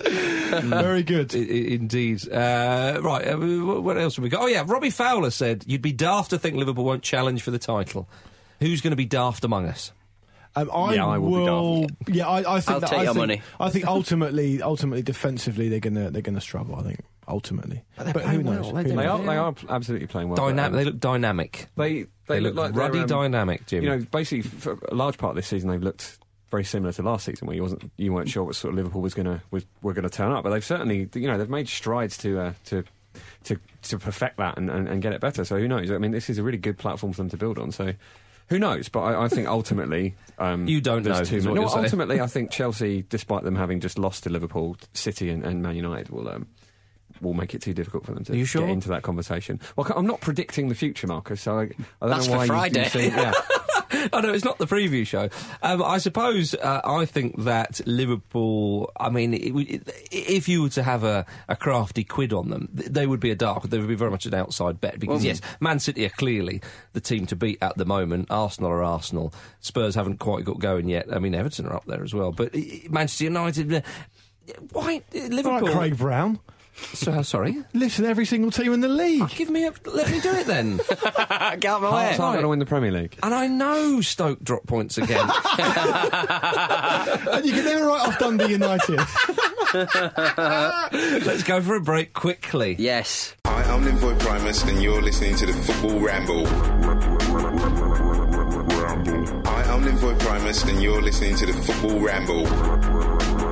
Speaker 4: very good.
Speaker 5: I- I- Indeed. Uh, right, uh, wh- what else have we got? Oh, yeah, Robbie Fowler said, You'd be daft to think Liverpool won't challenge for the title. Who's going to be daft among us?
Speaker 4: Um, I,
Speaker 7: Yeah, I will be
Speaker 4: will. yeah, I, I think
Speaker 6: I'll
Speaker 4: that,
Speaker 6: take
Speaker 4: I
Speaker 6: your
Speaker 4: think,
Speaker 6: money.
Speaker 4: I think ultimately, ultimately, defensively, they're gonna they're gonna struggle. I think ultimately, but, who
Speaker 5: playing well,
Speaker 4: knows?
Speaker 5: they
Speaker 4: Who
Speaker 5: do.
Speaker 7: They
Speaker 4: knows?
Speaker 7: are, they are absolutely playing well.
Speaker 5: Dynam-
Speaker 7: but, um,
Speaker 5: they look dynamic.
Speaker 7: They,
Speaker 5: They look
Speaker 7: they're, um,
Speaker 5: ruddy dynamic, Jim.
Speaker 7: You know, basically, for a large part of this season, they've looked very similar to last season, where you wasn't, you weren't sure what sort of Liverpool was going to was were going to turn up. But they've certainly, you know, they've made strides to uh, to. To, to perfect that and, and, and get it better. So who knows? I mean, this is a really good platform for them to build on. So who knows? But I, I think ultimately, um,
Speaker 5: You don't
Speaker 7: there's
Speaker 5: know,
Speaker 7: Too
Speaker 5: is
Speaker 7: much.
Speaker 5: what
Speaker 7: No,
Speaker 5: you're saying.
Speaker 7: ultimately, I think Chelsea, despite them having just lost to Liverpool, City, and, and Man United, will um, will make it too difficult for them to
Speaker 5: Are you sure?
Speaker 7: get into that conversation. Well, I'm not predicting the future, Marcus. So I, I don't
Speaker 6: That's
Speaker 7: know
Speaker 6: for
Speaker 7: why you- you
Speaker 6: Friday.
Speaker 7: think- yeah.
Speaker 5: oh no, it's not the preview show. Um, I suppose uh, I think that Liverpool. I mean, it, would- it, if you were to have a, a crafty quid on them, th- they would be a dark. They would be very much an outside bet because yes, Man City are clearly the team to beat at the moment. Arsenal are Arsenal. Spurs haven't quite got going yet. I mean, Everton are up there as well, but uh, Manchester United. uh, Why uh,
Speaker 4: All
Speaker 5: Liverpool?
Speaker 4: right, Craig Brown.
Speaker 5: So, sorry.
Speaker 4: Listen, to every single team in the league.
Speaker 5: Give me a. Let me do it then.
Speaker 6: Get out of my way.
Speaker 7: Hearts aren't going to win the Premier League.
Speaker 5: And I know Stoke drop points again.
Speaker 4: and you can never write off Dundee United.
Speaker 5: Let's go for a break quickly.
Speaker 6: Yes.
Speaker 8: Hi, I'm Linvoy Primus, and you're listening to the Football Ramble. Hi, I'm Linvoy Primus, and you're listening to the Football Ramble.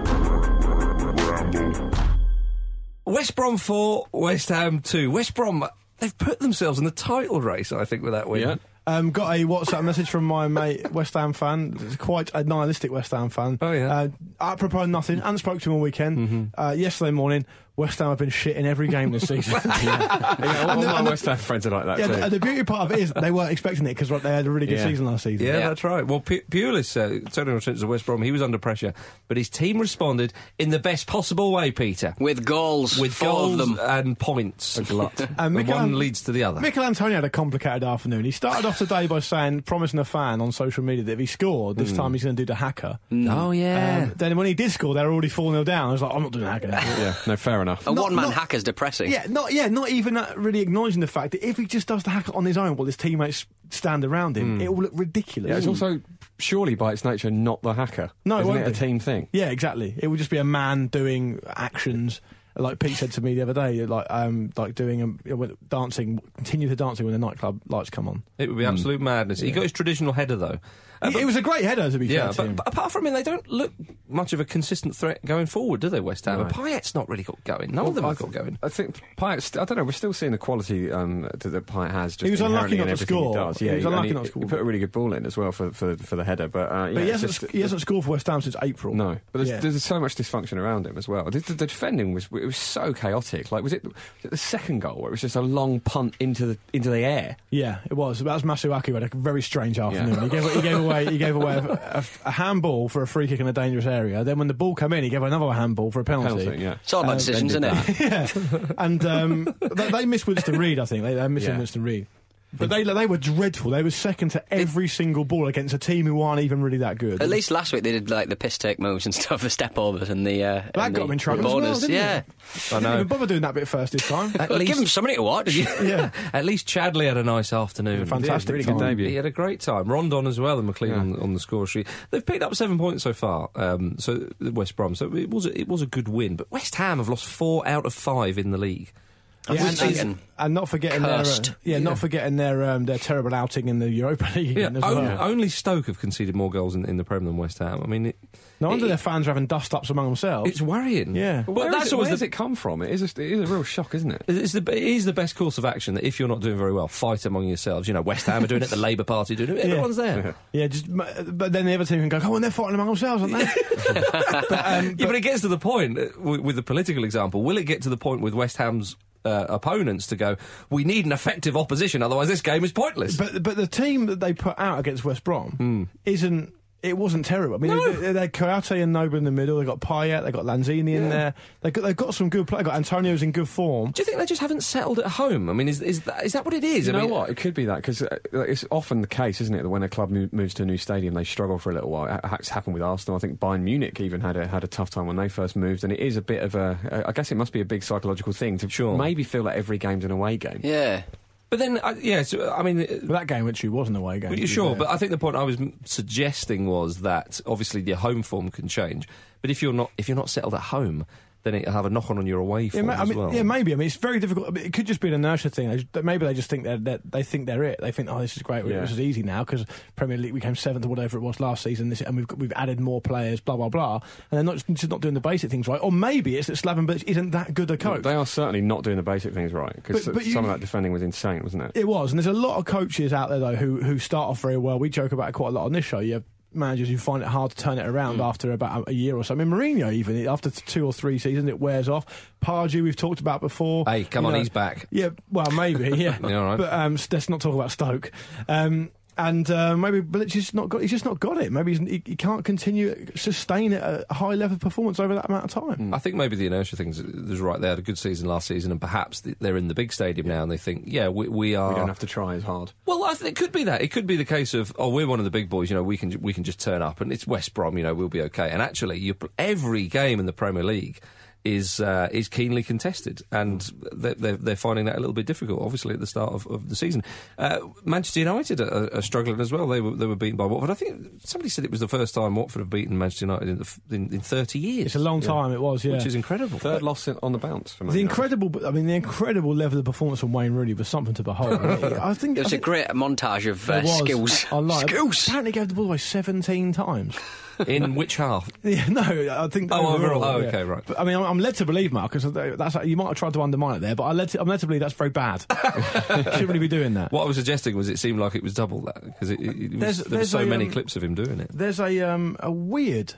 Speaker 5: West Brom 4, West Ham 2. West Brom, they've put themselves in the title race, I think, with that win.
Speaker 7: Yeah.
Speaker 4: Um, got a WhatsApp message from my mate, West Ham fan, quite a nihilistic West Ham fan.
Speaker 5: Oh, yeah. Mm-hmm.
Speaker 4: Uh, apropos of nothing, and spoke to him all weekend. Uh, yesterday morning, West Ham have been shit in every game this season.
Speaker 7: Yeah, all
Speaker 4: And the-
Speaker 7: my
Speaker 4: and the-
Speaker 7: West Ham friends are like that
Speaker 4: Yeah,
Speaker 7: too.
Speaker 4: the, the beauty part of it is they weren't expecting it because they had a really good
Speaker 7: Yeah.
Speaker 4: season last season.
Speaker 5: Yeah,
Speaker 6: Yeah.
Speaker 5: that's right. Well, Pu- Pulis, uh, turning our attention to West Brom, he was under pressure, but his team responded in the best possible way, Peter.
Speaker 6: With goals.
Speaker 5: With
Speaker 6: four
Speaker 5: goals
Speaker 6: of them.
Speaker 5: and points. A glut. and
Speaker 4: Mikel-
Speaker 5: one leads to the other.
Speaker 4: Michael Antonio had a complicated afternoon. He started off the day by saying, promising a fan on social media that if he scored, this time he's going to do the hacker.
Speaker 5: oh, Hmm. yeah.
Speaker 4: Um, then when he did score, they were already 4 0 down. I was like, I'm not doing the hacker now.
Speaker 7: yeah, no, fair enough.
Speaker 6: A
Speaker 4: Not-
Speaker 6: one man
Speaker 4: not-
Speaker 6: hacker's depressing.
Speaker 4: Yeah, not yeah, not even uh, really acknowledging the fact that if he just does the hack on his own while his teammates stand around him,
Speaker 5: Hmm.
Speaker 4: it will look ridiculous.
Speaker 7: Yeah, it's also surely by its nature not the hacker.
Speaker 4: No, it
Speaker 7: isn't
Speaker 4: won't
Speaker 7: it a
Speaker 4: be.
Speaker 7: team thing?
Speaker 4: Yeah, exactly. It would just be a man doing actions. Like Pete said to me the other day, like um, like doing um, you know, dancing, continue the dancing when the nightclub lights come on.
Speaker 5: It would be
Speaker 6: Hmm.
Speaker 5: absolute madness. He got his traditional header, though. Uh,
Speaker 4: It-
Speaker 5: but-
Speaker 4: it was a great header to be
Speaker 5: Yeah,
Speaker 4: fair to
Speaker 5: but,
Speaker 4: him.
Speaker 5: but apart from him, they don't look much of a consistent threat going forward, do they, West Ham?
Speaker 7: Right.
Speaker 5: Payet's not really got going. None of them
Speaker 7: I
Speaker 5: have got
Speaker 7: th-
Speaker 5: going.
Speaker 7: I think Pyatt. st- I don't know. We're still seeing the quality um, that, that Pyatt has. Just
Speaker 4: He was unlucky
Speaker 7: inherently
Speaker 4: not
Speaker 7: in
Speaker 4: to
Speaker 7: everything
Speaker 4: score.
Speaker 7: He does.
Speaker 4: He
Speaker 7: Yeah,
Speaker 4: was
Speaker 7: and
Speaker 4: unlucky
Speaker 7: he,
Speaker 4: not to score.
Speaker 7: He put a really good ball in as well for for, for the header, but uh, yeah,
Speaker 4: But he
Speaker 7: it's
Speaker 4: hasn't,
Speaker 7: just-
Speaker 4: sc- he hasn't scored for West Ham since April.
Speaker 7: No, but there's,
Speaker 4: Yeah.
Speaker 7: there's so much dysfunction around him as well. The, the, the defending was it was so chaotic. Like was it, was it the second goal where it was just a long punt into the into the air?
Speaker 4: Yeah, it was. That was Masuaku who had a very strange afternoon.
Speaker 7: Yeah.
Speaker 4: He, gave, he gave away he gave away a, a- a handball for a free kick in a dangerous area. Then when the ball came in, he gave another handball for a penalty.
Speaker 7: Penalty, Uh, yeah.
Speaker 6: It's all
Speaker 4: Uh,
Speaker 6: about decisions, isn't it?
Speaker 4: yeah, and um, they, they missed Winston Reed. I think they, they missed
Speaker 7: Yeah.
Speaker 4: Winston Reed. But they they were dreadful. They were second to every single ball against a team who aren't even really that good.
Speaker 6: At least last week they did like the piss take moves and stuff, the step overs and the. Uh,
Speaker 4: that
Speaker 6: and
Speaker 4: got
Speaker 6: the
Speaker 4: them in trouble. As well,
Speaker 6: Bonus.
Speaker 4: didn't
Speaker 6: yeah.
Speaker 4: It? They didn't even bother doing that bit first this time.
Speaker 5: At
Speaker 6: Well, give them something to watch.
Speaker 4: yeah,
Speaker 5: at least Chadley had a nice afternoon.
Speaker 4: fantastic
Speaker 7: really good
Speaker 4: time.
Speaker 7: debut.
Speaker 5: He had a great time. Rondon as well, and McLean on, on the score sheet. They've picked up seven points so far. Um, so West Brom. So it was a, it was a good win. But West Ham have lost four out of five in the league.
Speaker 4: Yeah,
Speaker 6: Which
Speaker 4: and,
Speaker 6: is
Speaker 4: and, and not forgetting their, uh,
Speaker 6: cursed.
Speaker 4: yeah, not forgetting their um, their terrible outing in the Europa League.
Speaker 5: Yeah,
Speaker 4: again as
Speaker 5: on-
Speaker 4: well.
Speaker 5: only Stoke have conceded more goals in, in the Prem than West Ham. I mean, it,
Speaker 4: No wonder
Speaker 5: it-
Speaker 4: their fans are having dust ups among themselves.
Speaker 5: it's worrying.
Speaker 4: Yeah.
Speaker 5: but
Speaker 7: Where is
Speaker 5: that's
Speaker 7: it,
Speaker 5: always the
Speaker 7: where does it come from? It is a, it is a real shock, isn't it?
Speaker 5: It's the, it is the best course of action that if you're not doing very well, fight among yourselves. You know, West Ham are doing it, the Labour Party are doing it, everyone's there.
Speaker 4: yeah, just but then the other team can go, "Come on, they're fighting among themselves, aren't they?" but, um,
Speaker 5: Yeah, but it gets to the point uh, with, with the political example. Will it get to the point with West Ham's uh, opponents to go, we need an effective opposition, otherwise this game is pointless?
Speaker 4: But but the team that they put out against West Brom isn't. It wasn't terrible. I mean,
Speaker 5: Hmm. No.
Speaker 4: they, they had Coyote and Noble in the middle. They got Payet. They got Lanzini in there. They got they got some good play. They got Antonio's in good form.
Speaker 5: Do you think they just haven't settled at home? I mean, is is that, is that what it is?
Speaker 7: You
Speaker 5: I
Speaker 7: know
Speaker 5: mean,
Speaker 7: what? It could be that because it's often the case, isn't it, that when a club mo- moves to a new stadium, they struggle for a little while. It- It's happened with Arsenal. I think Bayern Munich even had a had a tough time when they first moved, and it is a bit of a. uh, I guess it must be a big psychological thing to
Speaker 5: Sure.
Speaker 7: maybe feel like every game's an away game.
Speaker 6: yeah.
Speaker 5: But then, uh, yeah, so, I mean, uh,
Speaker 4: But that game actually wasn't away game.
Speaker 5: Well,
Speaker 4: to
Speaker 5: yeah,
Speaker 4: be
Speaker 5: sure,
Speaker 4: fair.
Speaker 5: but I think the point I was m- suggesting was that obviously your home form can change, but if you're not if you're not settled at home, then it'll have a knock on on your away
Speaker 4: Yeah,
Speaker 5: form
Speaker 4: ma- I
Speaker 5: as
Speaker 4: mean,
Speaker 5: well.
Speaker 4: yeah, maybe. I mean, it's very difficult. I mean, it could just be an inertia thing. They just- Maybe they just think they're, they're they think they're it. They think, oh, this is great.
Speaker 7: Yeah.
Speaker 4: This is easy now because Premier League we came seventh or whatever it was last season. This and we've got, we've added more players. Blah blah blah. And they're not just, just not doing the basic things right. Or maybe it's that Slaven Bilic isn't that good a coach.
Speaker 7: They are certainly not doing the basic things right because
Speaker 4: But- but you-
Speaker 7: some of that defending was insane, wasn't it?
Speaker 4: It was, and there's a lot of coaches out there though who who start off very well. We joke about it quite a lot on this show. You have managers who find it hard to turn it around
Speaker 5: Mm.
Speaker 4: after about a, a year or so. I mean, Mourinho even after th- two or three seasons it wears off. Pardew we've talked about before.
Speaker 5: Hey, come
Speaker 4: You
Speaker 5: on, he's back.
Speaker 4: Yeah, well, maybe, yeah.
Speaker 5: Yeah, all right.
Speaker 4: But um, s- let's not talk about Stoke. Um, and uh, maybe Bilicic just not got. He's just not got it. Maybe he's, he, he can't continue sustain a a high level of performance over that amount of time.
Speaker 5: I think maybe the inertia thing is- is right. They had a good season last season, and perhaps th- they're in the big stadium now, and they think, yeah, we, we are.
Speaker 7: We don't have to try as hard.
Speaker 5: Well, I think it could be that. It could be the case of, oh, we're one of the big boys. You know, we can we can just turn up, and it's West Brom. You know, we'll be okay. And actually, you, pl- every game in the Premier League is uh, is keenly contested, and they're, they're, they're finding that a little bit difficult. Obviously, at the start of, of the season, uh, Manchester United are, are struggling as well. They were they were beaten by Watford. I think somebody said it was the first time Watford have beaten Manchester United in, the, f- in, in thirty years.
Speaker 4: It's a long time. It was yeah.
Speaker 5: which is incredible.
Speaker 7: Third loss in- on the bounce for Man
Speaker 4: the
Speaker 7: United.
Speaker 4: incredible, I mean, the incredible level of performance from Wayne Rooney was something to behold. I think
Speaker 6: It was
Speaker 4: I
Speaker 6: a
Speaker 4: think
Speaker 6: great montage of
Speaker 4: there
Speaker 6: uh,
Speaker 4: was.
Speaker 6: skills.
Speaker 4: I lied.
Speaker 6: Skills.
Speaker 4: Apparently, gave the ball away seventeen times.
Speaker 5: in which half?
Speaker 4: Yeah, no, I think.
Speaker 5: Oh, overall. Oh, okay, right.
Speaker 4: But, I mean, I'm, I'm led to believe, Marcus. that- That's you might have tried to undermine it there, but I led to, I'm led to believe that's very bad. Shouldn't really be doing that.
Speaker 5: What I was suggesting was it seemed like it was double that because it, it, it was,
Speaker 4: There's-
Speaker 5: there were
Speaker 4: there's
Speaker 5: so
Speaker 4: a,
Speaker 5: many
Speaker 4: um,
Speaker 5: clips of him doing it.
Speaker 4: There's a um, a weird.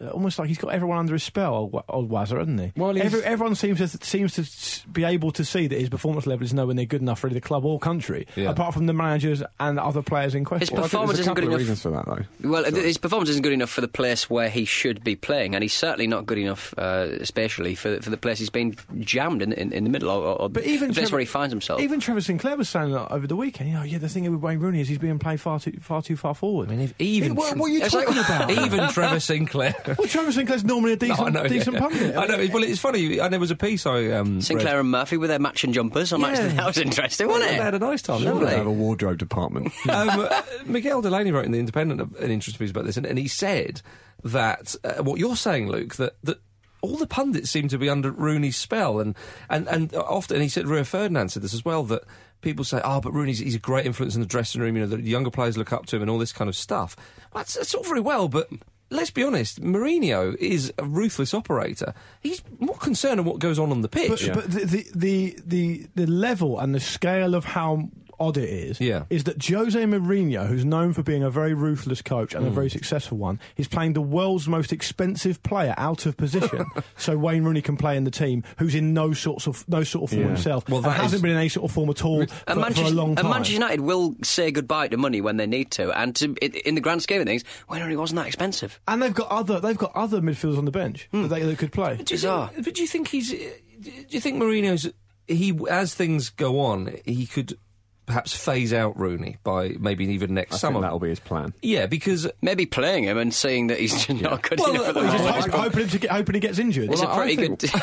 Speaker 4: uh, Almost like he's got everyone under his spell, old, Wa- old Wazza, hasn't he?
Speaker 7: Well, he's-
Speaker 4: Every, everyone seems to seems to s- be able to see that his performance level is nowhere near good enough for either club or country,
Speaker 5: Yeah.
Speaker 4: apart from the managers and other players in question.
Speaker 6: His
Speaker 7: Well, I think
Speaker 6: performance
Speaker 7: there's a
Speaker 6: isn't
Speaker 7: couple
Speaker 6: good
Speaker 7: of
Speaker 6: enough.
Speaker 7: reasons for that, though.
Speaker 6: Well, th- his performance isn't good enough for the place where he should be playing, and he's certainly not good enough uh, spatially for the, for the place he's been jammed in, in, in the middle, or, or
Speaker 4: But even
Speaker 6: the place
Speaker 4: Trevor-
Speaker 6: where he finds himself.
Speaker 4: Even Trevor Sinclair was saying that over the weekend. You know, yeah, the thing with Wayne Rooney is he's being played far too far too far forward.
Speaker 5: I mean, if even
Speaker 4: Hey, what, what are you
Speaker 6: It's
Speaker 4: talking
Speaker 6: like-
Speaker 4: about?
Speaker 5: even Trevor Sinclair.
Speaker 4: well, Trevor Sinclair's normally a decent,
Speaker 5: I know,
Speaker 4: decent
Speaker 5: yeah.
Speaker 4: pundit.
Speaker 5: I know. it- Well, it's funny. And there was a piece I um,
Speaker 6: Sinclair
Speaker 5: Read.
Speaker 6: and Murphy with their matching jumpers on Match of the- That was interesting, wasn't
Speaker 5: They had a
Speaker 6: it?
Speaker 5: nice time.
Speaker 6: Lovely.
Speaker 5: didn't
Speaker 7: They
Speaker 5: they?
Speaker 7: have a wardrobe department.
Speaker 5: um, Miguel Delaney wrote in the Independent an interesting piece about this, and, and he said that uh, what you're saying, Luke, that that. All the pundits seem to be under Rooney's spell, and, and, and often and he said Rio Ferdinand said this as well that people say, oh, but Rooney's he's a great influence in the dressing room. You know, the younger players look up to him and all this kind of stuff. Well, that's, that's all very well, but let's be honest, Mourinho is a ruthless operator. He's more concerned on what goes on on the pitch.
Speaker 4: But, but the, the, the, the, the level and the scale of how odd it is
Speaker 5: Yeah.
Speaker 4: is that Jose Mourinho, who's known for being a very ruthless coach and a very successful one, he's playing the world's most expensive player out of position, so Wayne Rooney can play in the team, who's in no sorts of no sort of form
Speaker 7: Yeah.
Speaker 4: himself.
Speaker 5: Well,
Speaker 4: Well,
Speaker 5: that
Speaker 4: that
Speaker 5: is-
Speaker 4: hasn't been in any sort of form at all for,
Speaker 6: And
Speaker 4: for a long
Speaker 6: and
Speaker 4: time.
Speaker 6: Manchester United will say goodbye to money when they need to, and to, in, in the grand scheme of things, Wayne Rooney wasn't that expensive.
Speaker 4: and they've got other they've got other midfielders on the bench that they that could play.
Speaker 5: Do you
Speaker 6: Bizarre.
Speaker 5: think, but do you think he's? uh, Do you think Mourinho's? He as things go on, he could perhaps phase out Rooney by maybe even next
Speaker 7: I
Speaker 5: summer.
Speaker 7: think that'll be his plan.
Speaker 5: yeah, because
Speaker 6: Maybe playing him and seeing that he's not good
Speaker 5: Well,
Speaker 6: enough at the
Speaker 5: well,
Speaker 4: Just
Speaker 6: moment.
Speaker 4: hope- hoping, him to get, hoping he gets injured.
Speaker 6: It's a
Speaker 7: I- I
Speaker 6: pretty
Speaker 7: think-
Speaker 6: good.
Speaker 7: I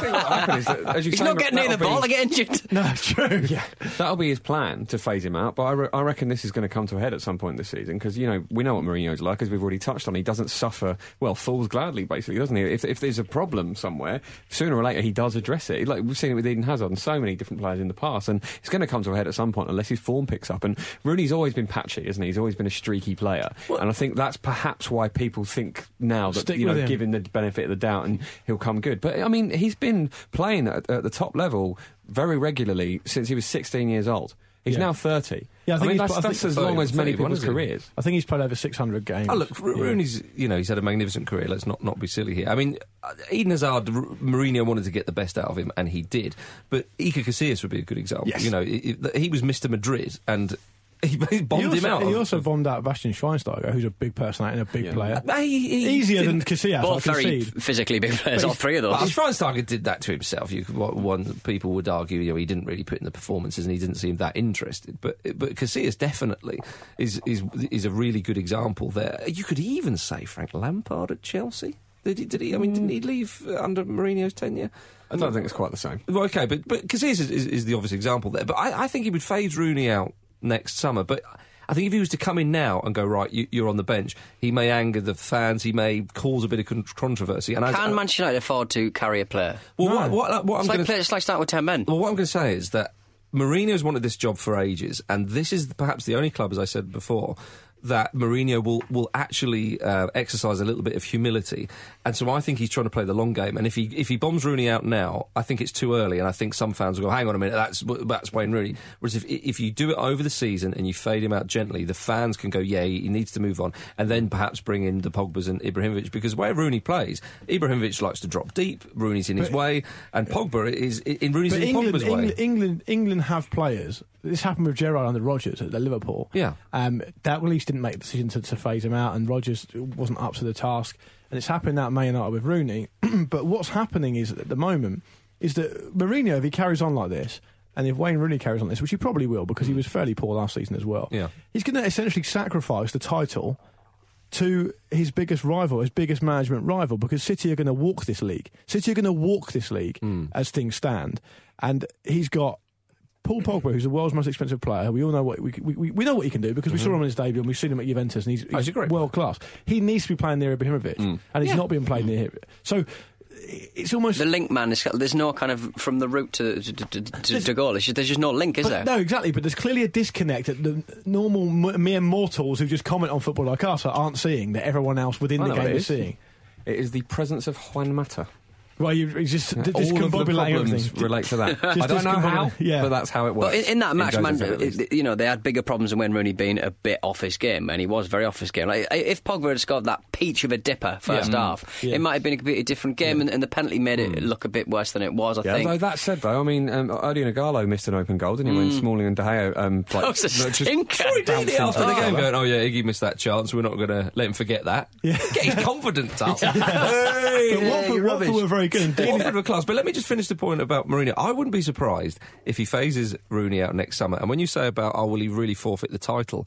Speaker 7: think what happened is that, as you
Speaker 6: He's
Speaker 7: say,
Speaker 6: not getting near the
Speaker 7: that'll
Speaker 6: ball
Speaker 7: be-
Speaker 6: again. Jude.
Speaker 4: no, it's true. Yeah.
Speaker 7: That'll be his plan to phase him out, but I, re- I reckon this is going to come to a head at some point this season because you know we know what Mourinho's like, as we've already touched on. He doesn't suffer well fools gladly, basically, doesn't he? If, if there's a problem somewhere, sooner or later he does address it. Like we've seen it with Eden Hazard and so many different players in the past, and it's going to come to a head at some point unless his form picks up. And Rooney's always been patchy, isn't he? He's always been a streaky player, and I think that's perhaps why people think now that
Speaker 4: Stick
Speaker 7: you know,
Speaker 4: with him.
Speaker 7: give him the benefit of the doubt and he'll come good. But I mean, he's been playing at, at the top level very regularly since he was 16 years old. He's
Speaker 4: Yeah.
Speaker 7: now 30.
Speaker 4: Yeah, I
Speaker 7: I
Speaker 4: think
Speaker 7: mean,
Speaker 4: he's-
Speaker 7: that's,
Speaker 4: I
Speaker 7: that's
Speaker 4: think-
Speaker 7: as long as many
Speaker 5: 31,
Speaker 7: people's
Speaker 5: isn't he?
Speaker 7: careers.
Speaker 4: I think he's played over 600 games.
Speaker 5: oh look, Ro-
Speaker 4: Yeah.
Speaker 5: Rooney's you know he's had a magnificent career. Let's not not be silly here. I mean, uh, Eden Hazard, R- Mourinho wanted to get the best out of him, and he did. But Iker Casillas would be a good example.
Speaker 4: Yes.
Speaker 5: You know, i i he was Mr. Madrid, and he, he bombed
Speaker 4: he also,
Speaker 5: him out.
Speaker 4: He
Speaker 5: of-
Speaker 4: also bombed out Bastian Schweinsteiger, who's a big personality and a big
Speaker 7: Yeah.
Speaker 4: player.
Speaker 5: Uh, he- he
Speaker 4: Easier than
Speaker 5: didn't-
Speaker 4: Casillas, I
Speaker 6: Both very
Speaker 4: concede.
Speaker 6: physically big players, all three of
Speaker 5: Well,
Speaker 6: those.
Speaker 5: Schweinsteiger did that to himself. You, could- what- one people would argue, you know, he didn't really put in the performances, and he didn't seem that interested. But but Casillas definitely is is is a really good example there. You could even say Frank Lampard at Chelsea. Did he? Did he? I mean, didn't he leave uh, under Mourinho's tenure?
Speaker 7: I don't think it's quite the same.
Speaker 5: Well, okay, but but Casillas is, is, is the obvious example there. But I, I think he would phase Rooney out next summer. But I think if he was to come in now and go right, you, you're on the bench, he may anger the fans. He may cause a bit of con- controversy. And as-
Speaker 6: Can Manchester United afford to carry a player?
Speaker 5: well, what, what, what I'm
Speaker 6: It's like,
Speaker 5: gonna-
Speaker 6: play, it's like starting with 10 men.
Speaker 5: Well, what I'm going to say is that Mourinho's wanted this job for ages, and this is perhaps the only club, as I said before, that Mourinho will will actually uh, exercise a little bit of humility, and so I think he's trying to play the long game. And if he if he bombs Rooney out now, I think it's too early, and I think some fans will go, "Hang on a minute, that's that's Wayne Rooney." Whereas if if you do it over the season and you fade him out gently, the fans can go, "Yeah, he needs to move on," and then perhaps bring in the Pogba's and Ibrahimovic because where Rooney plays, Ibrahimovic likes to drop deep, Rooney's in his way, and Pogba is in Rooney's
Speaker 4: But
Speaker 5: in
Speaker 4: England,
Speaker 5: Pogba's way.
Speaker 4: England, England, England have players. This happened with Gerrard under Rodgers at Liverpool.
Speaker 5: Yeah.
Speaker 4: Um, Dalglish didn't make the decision to, to phase him out, and Rodgers wasn't up to the task. And it's happened now at Man United with Rooney. but what's happening is at the moment is that Mourinho, if he carries on like this, and if Wayne Rooney carries on like this, which he probably will because he was fairly poor last season as well,
Speaker 5: Mm. Yeah.
Speaker 4: he's going to essentially sacrifice the title to his biggest rival, his biggest management rival, because City are going to walk this league. City are going to walk this league
Speaker 7: Hmm.
Speaker 4: as things stand, and he's got Paul Pogba, who's the world's most expensive player. We all know what we we, we- we know what he can do because
Speaker 7: Mm-hmm.
Speaker 4: we saw him on his debut and we've seen him at Juventus, and he's,
Speaker 7: Oh,
Speaker 5: he's a great
Speaker 4: world class. He needs to be playing near Ibrahimovic,
Speaker 7: Mm.
Speaker 4: and he's not being played near him. So it's almost
Speaker 6: The link man is there's no kind of from the route to to, to, to, to goal. It's just, there's just no link, is
Speaker 4: But- No,
Speaker 6: there?
Speaker 4: exactly. But there's clearly a disconnect that the normal m- mere mortals who just comment on football like us aren't seeing that everyone else within
Speaker 7: I
Speaker 4: the
Speaker 7: know what
Speaker 4: game
Speaker 7: it
Speaker 4: is
Speaker 7: is.
Speaker 4: seeing.
Speaker 7: It is the presence of Juan Mata.
Speaker 4: Well, you it's just d-
Speaker 7: All of the
Speaker 4: discombobulating
Speaker 7: problems
Speaker 4: everything.
Speaker 7: relate to that. I don't know
Speaker 4: discombobulate-
Speaker 7: how,
Speaker 4: yeah.
Speaker 7: but that's how it works.
Speaker 6: But in, in that match,
Speaker 7: Jose's
Speaker 6: man,
Speaker 7: head, at least.
Speaker 6: it- you know they had bigger problems than when Rooney being a bit off his game, and he was very off his game. Like i- if Pogba had scored that peach of a dipper first half,
Speaker 4: Yeah.
Speaker 6: it might have been a completely different game, and, and the penalty made it look a bit worse than it was. I
Speaker 7: Although
Speaker 6: think.
Speaker 7: that said, though, I mean, um, Odeon Agallo missed an open goal, didn't he?
Speaker 5: Mm.
Speaker 7: When Smalling and De Gea, um, like,
Speaker 6: That was a
Speaker 7: just-
Speaker 6: stinker.
Speaker 7: Troy Deeney
Speaker 5: Immediately after the
Speaker 7: Oh,
Speaker 5: game,
Speaker 7: that-
Speaker 5: going, "Oh yeah, Iggy missed that chance. We're not going to let him forget that. Get his confidence up." Hey,
Speaker 4: But Watford,
Speaker 5: you're
Speaker 4: Watford
Speaker 5: rubbish.
Speaker 4: were very good. And Deeney-
Speaker 5: Watford were class. But let me just finish the point about Mourinho. I wouldn't be surprised if he phases Rooney out next summer. And when you say about, oh, will he really forfeit the title?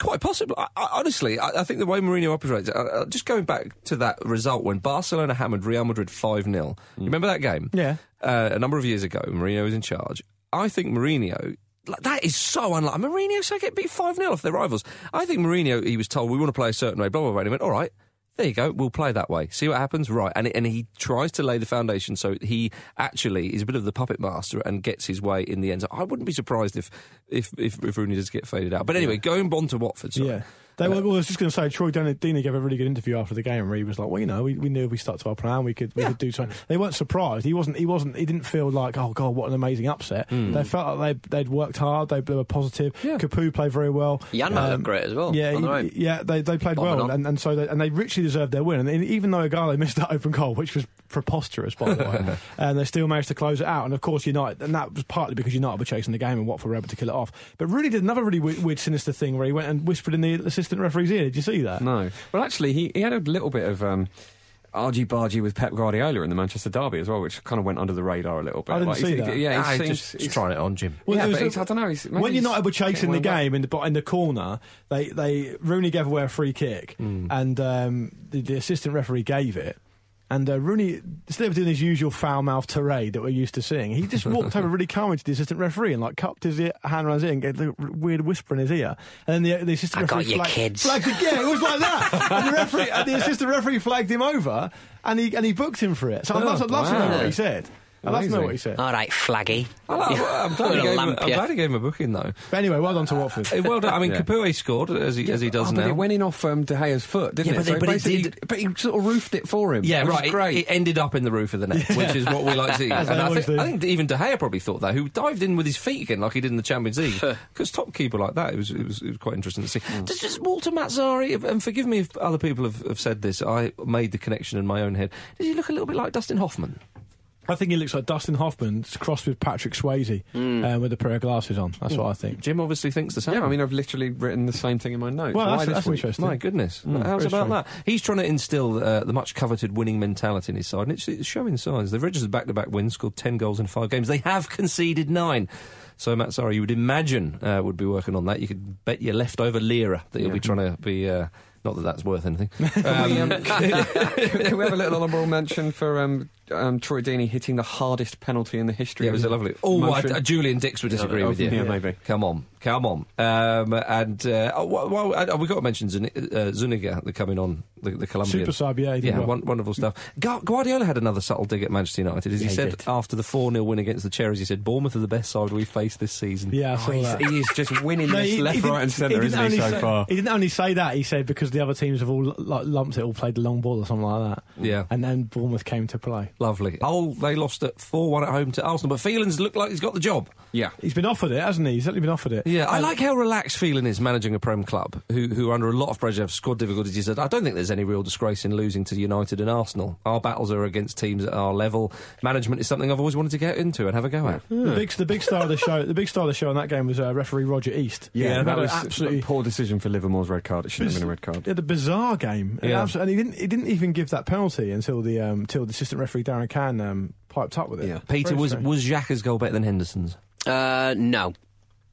Speaker 5: Quite possibly. I, I, honestly, I, I think the way Mourinho operates, uh, uh, just going back to that result when Barcelona hammered Real Madrid 5 0. You Remember that game?
Speaker 4: Yeah.
Speaker 5: Uh, a number of years ago, Mourinho was in charge. I think Mourinho. Like, that is so unlike Mourinho. So get beat five 0 off their rivals. I think Mourinho. He was told we want to play a certain way. Blah blah blah. And he went, all right. There you go. We'll play that way. See what happens. Right. And and he tries to lay the foundation so he actually is a bit of the puppet master and gets his way in the end. So I wouldn't be surprised if if if, if Rooney does get faded out. But anyway, going on to Watford. Sorry.
Speaker 4: Yeah. They were, well, I was just going to say, Troy Dan- Deeney gave a really good interview after the game where he was like, "Well, you know, we, we knew if we stuck to our plan, we could we could do something." They weren't surprised. He wasn't. He wasn't. He didn't feel like, "Oh God, what an amazing upset."
Speaker 7: Hmm.
Speaker 4: They felt like they'd, they'd worked hard. They, they were positive.
Speaker 5: Yeah.
Speaker 4: Capu played very well. Um,
Speaker 6: Yanma looked great as well.
Speaker 4: Yeah,
Speaker 6: on the
Speaker 4: he-
Speaker 6: right.
Speaker 4: yeah, they they played
Speaker 6: Bombing
Speaker 4: well,
Speaker 6: on.
Speaker 4: and, and so they, and they richly deserved their win. And even though Igalo missed that open goal, which was preposterous by the way, and they still managed to close it out. And of course, United, and that was partly because United were chasing the game and Watford were able to kill it off. But really did another really weird, weird sinister thing where he went and whispered in the assistant referee's ear. Did you see that?
Speaker 7: No. Well, actually, he, he had a little bit of um, argy bargy with Pep Guardiola in the Manchester Derby as well, which kind of went under the radar a little bit.
Speaker 4: I didn't
Speaker 7: Like,
Speaker 4: see
Speaker 7: he's-
Speaker 4: that.
Speaker 7: Yeah,
Speaker 5: Ah, he's
Speaker 7: he seems,
Speaker 5: just,
Speaker 7: he's-
Speaker 5: just trying it on, Jim.
Speaker 7: Yeah,
Speaker 4: there
Speaker 7: but
Speaker 4: was-
Speaker 7: he's- I don't know, he's- maybe
Speaker 4: when
Speaker 7: he's
Speaker 4: United were chasing the
Speaker 7: getting away.
Speaker 4: game in the bo- in the corner, they they Rooney gave away a free kick,
Speaker 7: Hmm.
Speaker 4: and um, the, the assistant referee gave it. And uh, Rooney, instead of doing his usual foul mouth tirade that we're used to seeing, he just walked over really calmly to the assistant referee and like cupped his ear, hand around his ear and gave the weird whisper in his ear. And then the, the assistant
Speaker 6: I got
Speaker 4: referee
Speaker 6: you,
Speaker 4: flagged,
Speaker 6: kids.
Speaker 4: flagged it. Yeah, it was like that. and, the referee, and the assistant referee flagged him over, and he and he booked him for it. So I'd love, to- I'd love to know
Speaker 7: Oh, wow.
Speaker 4: what he said. I'd love to know
Speaker 7: Amazing.
Speaker 4: what he said.
Speaker 6: All right, flaggy.
Speaker 5: I like- I'm, glad he
Speaker 6: Little
Speaker 5: gave him,
Speaker 6: lamp,
Speaker 5: I'm
Speaker 6: yeah.
Speaker 5: glad he gave him a booking though.
Speaker 4: But anyway, well done to Watford.
Speaker 5: Eh, Well done. I mean,
Speaker 7: Yeah.
Speaker 5: Capoue scored as he as he does
Speaker 7: Oh,
Speaker 5: now.
Speaker 7: but it went in off um, De Gea's foot, didn't
Speaker 5: Yeah,
Speaker 7: it?
Speaker 5: but they- but he
Speaker 7: basically-
Speaker 5: did-
Speaker 7: But he sort of roofed it for him.
Speaker 5: Yeah,
Speaker 7: which is
Speaker 5: right. It-
Speaker 7: Great.
Speaker 5: It, ended up in the roof of the net, which is what we like to see.
Speaker 4: As
Speaker 5: And
Speaker 4: they
Speaker 5: I,
Speaker 4: always
Speaker 5: think,
Speaker 4: do.
Speaker 5: I think even De Gea probably thought that, who dived in with his feet again, like he did in the Champions League. Because top keeper like that, it was it was, it was quite interesting to see. Does just Walter Mazzari, if- and forgive me if other people have, have said this, I made the connection in my own head. Does he look a little bit like Dustin Hoffman?
Speaker 4: I think he looks like Dustin Hoffman crossed with Patrick Swayze uh, with a pair of glasses on. That's what I think.
Speaker 5: Jim obviously thinks the same.
Speaker 7: yeah, I mean, I've literally written the same thing in my notes.
Speaker 4: Well,
Speaker 7: Why
Speaker 4: that's-
Speaker 7: this
Speaker 4: that's
Speaker 7: week?
Speaker 4: interesting.
Speaker 5: My goodness, how's
Speaker 4: Mm, very
Speaker 5: about
Speaker 4: strange.
Speaker 5: that? He's trying to instill uh, the much coveted winning mentality in his side, and it's, it's showing signs. They've registered back to back wins, scored 10 goals in five games. They have conceded nine. So, Matt Sarri, you would imagine, uh, would be working on that. You could bet your leftover lira that he'll be trying to be. Uh, not that that's worth anything. Um,
Speaker 7: Can we have a little honourable mention for um, um, Troy Deeney hitting the hardest penalty in the history?
Speaker 5: Yeah, it was
Speaker 7: of
Speaker 5: a lovely. Oh, I,
Speaker 7: motion?
Speaker 5: uh, Julian Dix would disagree
Speaker 7: Oh,
Speaker 5: with you.
Speaker 7: yeah, maybe.
Speaker 5: Come on, Come on. Um, and uh, oh, well, well, uh, we've got to mention Zuni- uh, Zuniga, the coming on, the, the Colombian.
Speaker 4: Super sub, yeah, he did
Speaker 5: Yeah,
Speaker 4: well.
Speaker 5: won- wonderful stuff. Gu- Guardiola had another subtle dig at Manchester United. As he
Speaker 7: Yeah, he
Speaker 5: said
Speaker 7: did.
Speaker 5: after the 4 0 win against the Cherries, he said, Bournemouth are the best side we've faced this season.
Speaker 4: Yeah, I
Speaker 7: Oh,
Speaker 4: saw
Speaker 7: he's,
Speaker 4: that.
Speaker 7: he is just winning
Speaker 4: No,
Speaker 7: this
Speaker 4: he-
Speaker 7: left,
Speaker 4: he
Speaker 7: right,
Speaker 4: didn't-
Speaker 7: and centre,
Speaker 4: didn't
Speaker 7: isn't he?
Speaker 4: only
Speaker 7: So
Speaker 4: say-
Speaker 7: far,
Speaker 4: He didn't only say that. He said because the other teams have all like, lumped it, all played the long ball or something like that.
Speaker 5: Yeah.
Speaker 4: and then Bournemouth came to play.
Speaker 5: Lovely. Hull, they lost at 4 1 at home to Arsenal, but Phelan's looked like he's got the job.
Speaker 7: yeah.
Speaker 4: He's been offered it, hasn't he? He's certainly been offered it.
Speaker 5: Yeah, I like how relaxed Phelan is managing a Prem club who, who are under a lot of pressure of squad difficulties. He said, I don't think there's any real disgrace in losing to United and Arsenal. Our battles are against teams at our level. Management is something I've always wanted to get into and have a go at.
Speaker 4: The big, the big star of the show. The big star of the show in that game was uh, referee Roger East.
Speaker 7: Yeah,
Speaker 4: that
Speaker 7: that was
Speaker 4: absolutely
Speaker 7: a poor decision for Livermore's red card. It shouldn't have been a red card.
Speaker 4: He had a bizarre game, and,
Speaker 5: Yeah.
Speaker 4: abso- and he didn't. He didn't even give that penalty until the um, till the assistant referee Darren Can um, piped up with it.
Speaker 7: Yeah.
Speaker 5: Peter,
Speaker 4: Very
Speaker 5: was,
Speaker 4: strange.
Speaker 5: was Xhaka's goal better than Henderson's?
Speaker 6: Uh, no.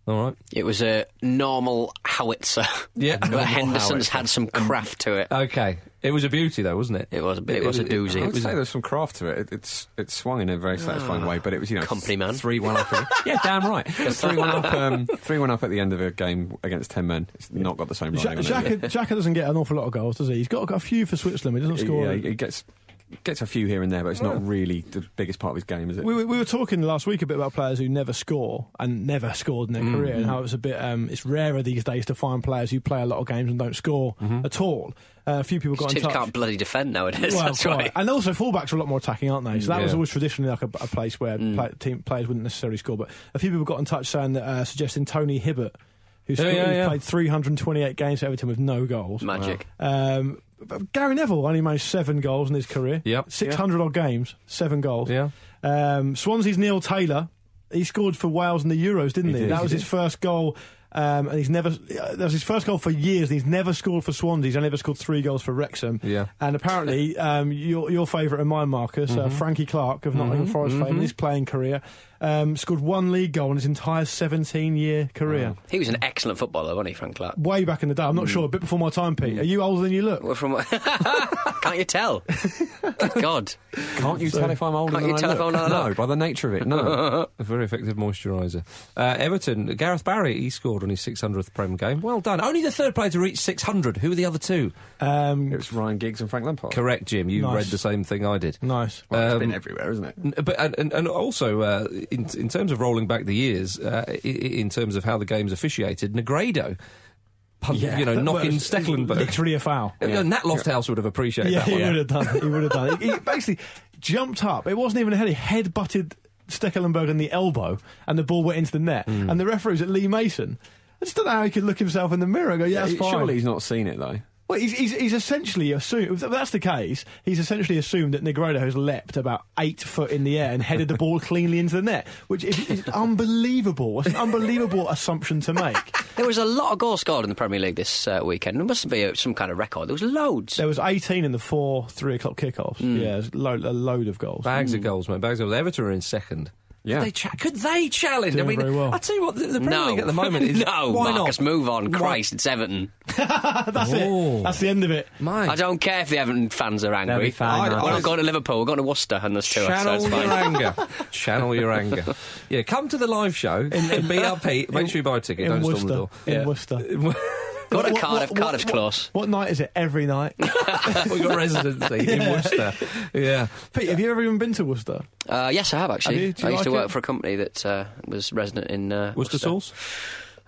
Speaker 5: All right.
Speaker 6: It was a normal howitzer.
Speaker 5: Yeah.
Speaker 6: but
Speaker 5: Normal
Speaker 6: Henderson's
Speaker 5: howitzer.
Speaker 6: had some craft to it.
Speaker 5: Okay. It was a beauty, though, wasn't it?
Speaker 6: It was- it was a doozy.
Speaker 5: It,
Speaker 6: I
Speaker 7: I
Speaker 6: would
Speaker 7: would
Speaker 5: was
Speaker 7: say there's some craft to it. it it's it swung in a very satisfying way, but it was you know
Speaker 6: Company man.
Speaker 7: three one up. yeah, damn right. Three one up. Um, three one up at the end of a game against ten men. It's not got the same.
Speaker 4: Ja-
Speaker 7: running on it.
Speaker 4: Xhaka Xhaka doesn't get an awful lot of goals, does he? He's got, got a few for Switzerland, but he doesn't score.
Speaker 7: Yeah, he gets gets a few here and there, but it's not really the biggest part of his game, is it?
Speaker 4: We, were- we were talking last week a bit about players who never score and never scored in
Speaker 7: Mm,
Speaker 4: their career, and how it's a bit um, it's rarer these days to find players who play a lot of games and don't score
Speaker 7: Mm-hmm.
Speaker 4: at all. Uh, a few people got in
Speaker 6: Teams
Speaker 4: touch.
Speaker 6: can't bloody defend nowadays.
Speaker 4: Well,
Speaker 6: that's
Speaker 4: quite.
Speaker 6: right.
Speaker 4: And also, fullbacks are a lot more attacking, aren't they? So that was
Speaker 5: Yeah. Mm.
Speaker 4: always traditionally like a, a place where play, team, players wouldn't necessarily score. But a few people got in touch saying that uh, suggesting Tony Hibbert, who's
Speaker 5: Yeah, yeah,
Speaker 4: who's
Speaker 5: yeah.
Speaker 4: played 328 games for Everton with no goals.
Speaker 6: Magic.
Speaker 4: Um, but Gary Neville only managed seven goals in his career.
Speaker 5: Yep.
Speaker 4: 600 odd games, seven goals.
Speaker 5: Yeah.
Speaker 4: Um, Swansea's Neil Taylor, he scored for Wales in the Euros, didn't he?
Speaker 7: did.
Speaker 4: That
Speaker 7: He
Speaker 4: was his
Speaker 7: did.
Speaker 4: first goal. Um, and he's never that was his first goal for years, and he's never scored for Swansea. He's only ever scored three goals for Wrexham.
Speaker 5: Yeah.
Speaker 4: And apparently, um, your your favourite and mine, Marcus, uh, Frankie Clark of Nottingham Forest fame, in his playing career, um, scored one league goal in his entire 17 year career.
Speaker 6: He was an excellent footballer, wasn't he, Frank Clark?
Speaker 4: Way back in the day, I'm not sure, a bit before my time, Pete. Are you older than you look?
Speaker 6: Well, from Can't you tell? Good God.
Speaker 7: Can't you tell if I'm older
Speaker 6: Can't
Speaker 7: than
Speaker 6: you
Speaker 7: I
Speaker 6: tell if
Speaker 7: look?
Speaker 6: I'm older than I
Speaker 7: No,
Speaker 6: look?
Speaker 7: by the nature of it, no.
Speaker 5: A very effective moisturiser. Uh, Everton, Gareth Barry, he scored on his 600th Prem game. Well done. Only the third player to reach 600. Who are the other two?
Speaker 4: Um,
Speaker 7: it was Ryan Giggs and Frank Lampard.
Speaker 5: Correct, Jim. You
Speaker 4: Nice.
Speaker 5: read the same thing I did.
Speaker 4: nice.
Speaker 7: Well, it's been
Speaker 5: Um,
Speaker 7: everywhere, isn't it?
Speaker 5: N- But and- and, and also uh, in in terms of rolling back the years, uh, i- i- in terms of how the game's officiated, Negredo, pun- you know,
Speaker 4: That
Speaker 5: knocking
Speaker 4: was
Speaker 5: Stecklenburg.
Speaker 4: Literally a foul.
Speaker 5: Yeah. Nat Lofthouse would have appreciated
Speaker 4: Yeah,
Speaker 5: that
Speaker 4: he
Speaker 5: one.
Speaker 4: would have done. it. He would have done. it. He basically jumped up. It wasn't even a head. He head butted Stekelenburg in the elbow, and the ball went into the net. And the referee was at Lee Mason. I just don't know how he could look himself in the mirror and go, yeah, that's fine.
Speaker 7: Surely he's not seen it though.
Speaker 4: Well, he's, he's, he's essentially assumed, if that's the case, he's essentially assumed that Negredo has leapt about eight foot in the air and headed the ball cleanly into the net, which is, is unbelievable. It's an unbelievable assumption to make.
Speaker 6: There was a lot of goals scored in the Premier League this uh, weekend. There must be uh some kind of record. There was loads.
Speaker 4: There was 18 in the four three o'clock kickoffs. Yeah, it was lo- a load of goals.
Speaker 5: Bags of goals, mate. Bags of goals. Everton are in second.
Speaker 7: Yeah.
Speaker 5: Could they, cha- could they challenge?
Speaker 4: Doing
Speaker 5: I mean,
Speaker 4: very well.
Speaker 5: I tell you what, the, the Premier
Speaker 6: no.
Speaker 5: League at the moment is
Speaker 6: no,
Speaker 5: why
Speaker 6: Marcus,
Speaker 5: not?
Speaker 6: move on.
Speaker 5: Why-
Speaker 6: Christ, it's Everton.
Speaker 4: That's
Speaker 5: Oh.
Speaker 4: it. That's the end of it.
Speaker 5: Mate.
Speaker 6: I don't care if the Everton fans are angry.
Speaker 7: They'll be fine,
Speaker 6: I-
Speaker 7: aren't
Speaker 6: we're
Speaker 7: they?
Speaker 6: not going to Liverpool. We're going to Worcester, and there's two. of us, so
Speaker 5: Channel
Speaker 6: it's
Speaker 5: your
Speaker 6: fine.
Speaker 5: anger. Channel your anger. Yeah, come to the live show and be up Pete. Make sure you buy a ticket.
Speaker 4: in
Speaker 5: Don't
Speaker 4: Worcester.
Speaker 5: storm the door.
Speaker 4: In
Speaker 5: Yeah. Uh,
Speaker 4: Worcester.
Speaker 6: Go to
Speaker 4: What-
Speaker 6: Cardiff.
Speaker 4: what-
Speaker 6: Cardiff's
Speaker 4: what-
Speaker 6: close.
Speaker 4: What night is it? Every night.
Speaker 5: We've got residency in Worcester. Yeah.
Speaker 4: Pete, have you ever even been to Worcester?
Speaker 6: Uh, yes, I have
Speaker 4: Have
Speaker 6: actually.
Speaker 4: you? Do you
Speaker 6: I used to
Speaker 4: like
Speaker 6: work
Speaker 4: it?
Speaker 6: for a company that uh, was resident in uh,
Speaker 5: Worcester sauce?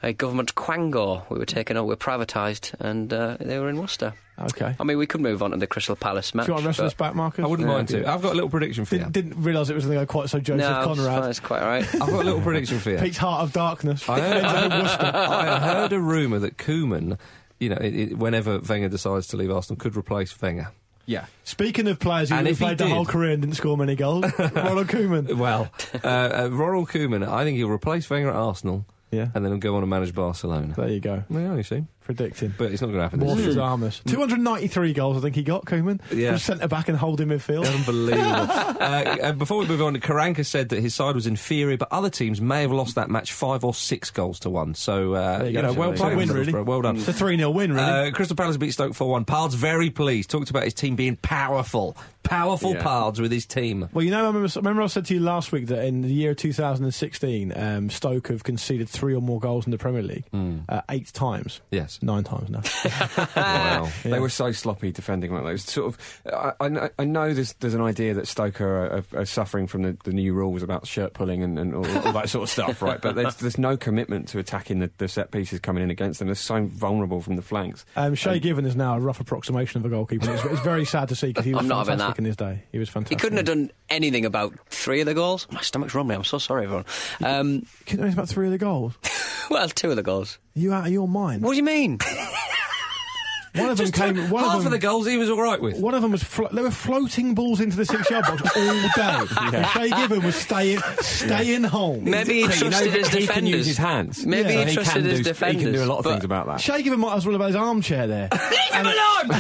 Speaker 6: A government quango. We were taken over. We were privatised, and uh, they were in Worcester.
Speaker 4: Okay.
Speaker 6: I mean, we could move on to the Crystal Palace
Speaker 4: Do
Speaker 6: match.
Speaker 4: you want to wrestle
Speaker 6: but-
Speaker 4: us back, Marcus?
Speaker 5: I wouldn't
Speaker 4: Yeah.
Speaker 5: mind to. I've got a little prediction for you.
Speaker 4: Didn't, didn't realise it was going to go quite so Joseph
Speaker 6: no, it's
Speaker 4: Conrad.
Speaker 6: fine, it's quite all right.
Speaker 5: I've got a little prediction for you.
Speaker 4: Pete's Heart of Darkness.
Speaker 5: I heard,
Speaker 4: Ends up in Worcester.
Speaker 5: I heard a rumour that Kuman, you know, it, it, whenever Wenger decides to leave Arsenal, could replace Wenger.
Speaker 7: Yeah.
Speaker 4: Speaking of players who
Speaker 5: And
Speaker 4: who
Speaker 5: if he
Speaker 4: played the
Speaker 5: did-
Speaker 4: whole career and didn't score many goals, Ronald Koeman.
Speaker 5: Well, uh, uh, Ronald Koeman, I think he'll replace Wenger at Arsenal
Speaker 4: Yeah.
Speaker 5: and then he'll go on and manage Barcelona.
Speaker 4: There you go.
Speaker 5: Well, you see.
Speaker 4: predicting.
Speaker 5: but it's not going to happen.
Speaker 4: Morph
Speaker 5: this
Speaker 4: his
Speaker 5: year.
Speaker 4: armors. 293 goals, I think he got, Koeman.
Speaker 5: Yeah.
Speaker 4: From centre back and holding midfield.
Speaker 5: Unbelievable. uh, uh, before we move on, Karanka said that his side was inferior, but other teams may have lost that match five or six goals to one. So, uh, you,
Speaker 4: go.
Speaker 5: know, well
Speaker 4: It's a
Speaker 5: played,
Speaker 4: win, really. Mm.
Speaker 5: Middlesbrough. Well done.
Speaker 4: It's a 3 0 win,
Speaker 5: Uh,
Speaker 4: really.
Speaker 5: Crystal Palace beat Stoke 4 1. Pard's very pleased. Talked about his team being powerful. Powerful
Speaker 7: Yeah.
Speaker 5: Pards with his team.
Speaker 4: well, you know, I remember, remember I said to you last week that in the year 2016, um, Stoke have conceded three or more goals in the Premier League
Speaker 9: Hmm.
Speaker 4: uh, eight times.
Speaker 5: Yes.
Speaker 4: Nine times now.
Speaker 5: Wow.
Speaker 7: They were so sloppy defending, weren't they? It was Sort of, I, I know, I know there's, there's an idea that Stoker are, are, are suffering from the, the new rules about shirt pulling and, and all, all that sort of stuff, right? But there's, there's no commitment to attacking the, the set pieces coming in against them. They're so vulnerable from the flanks.
Speaker 4: Um, Shay Given is now a rough approximation of a goalkeeper. It's, it's very sad to see because he was
Speaker 9: I'm not having
Speaker 4: fantastic
Speaker 9: that.
Speaker 4: in his day. He was
Speaker 9: He
Speaker 4: fantastic.
Speaker 9: couldn't have done anything about three of the goals. My stomach's rumbling. I'm so sorry, everyone. Um,
Speaker 4: Couldn't have done about three of the goals.
Speaker 9: well, two of the goals.
Speaker 4: Are you out of your mind?
Speaker 9: What do you mean?
Speaker 4: One of them came. One
Speaker 5: Half
Speaker 4: of
Speaker 5: of
Speaker 4: them,
Speaker 5: the goals he was all right with.
Speaker 4: One of them was flo- they were floating balls into the six yard box all day. And Shay Given was staying staying home.
Speaker 9: Maybe he
Speaker 7: But you know
Speaker 9: trusted
Speaker 7: that
Speaker 9: his
Speaker 7: he
Speaker 9: defenders.
Speaker 7: can use his hands.
Speaker 9: Maybe
Speaker 7: So
Speaker 9: he trusted
Speaker 7: can
Speaker 9: his
Speaker 7: do-
Speaker 9: defenders.
Speaker 7: He can do a lot of
Speaker 9: but-
Speaker 7: things about that.
Speaker 4: Shay Given might as well have had his armchair there.
Speaker 9: Leave him alone!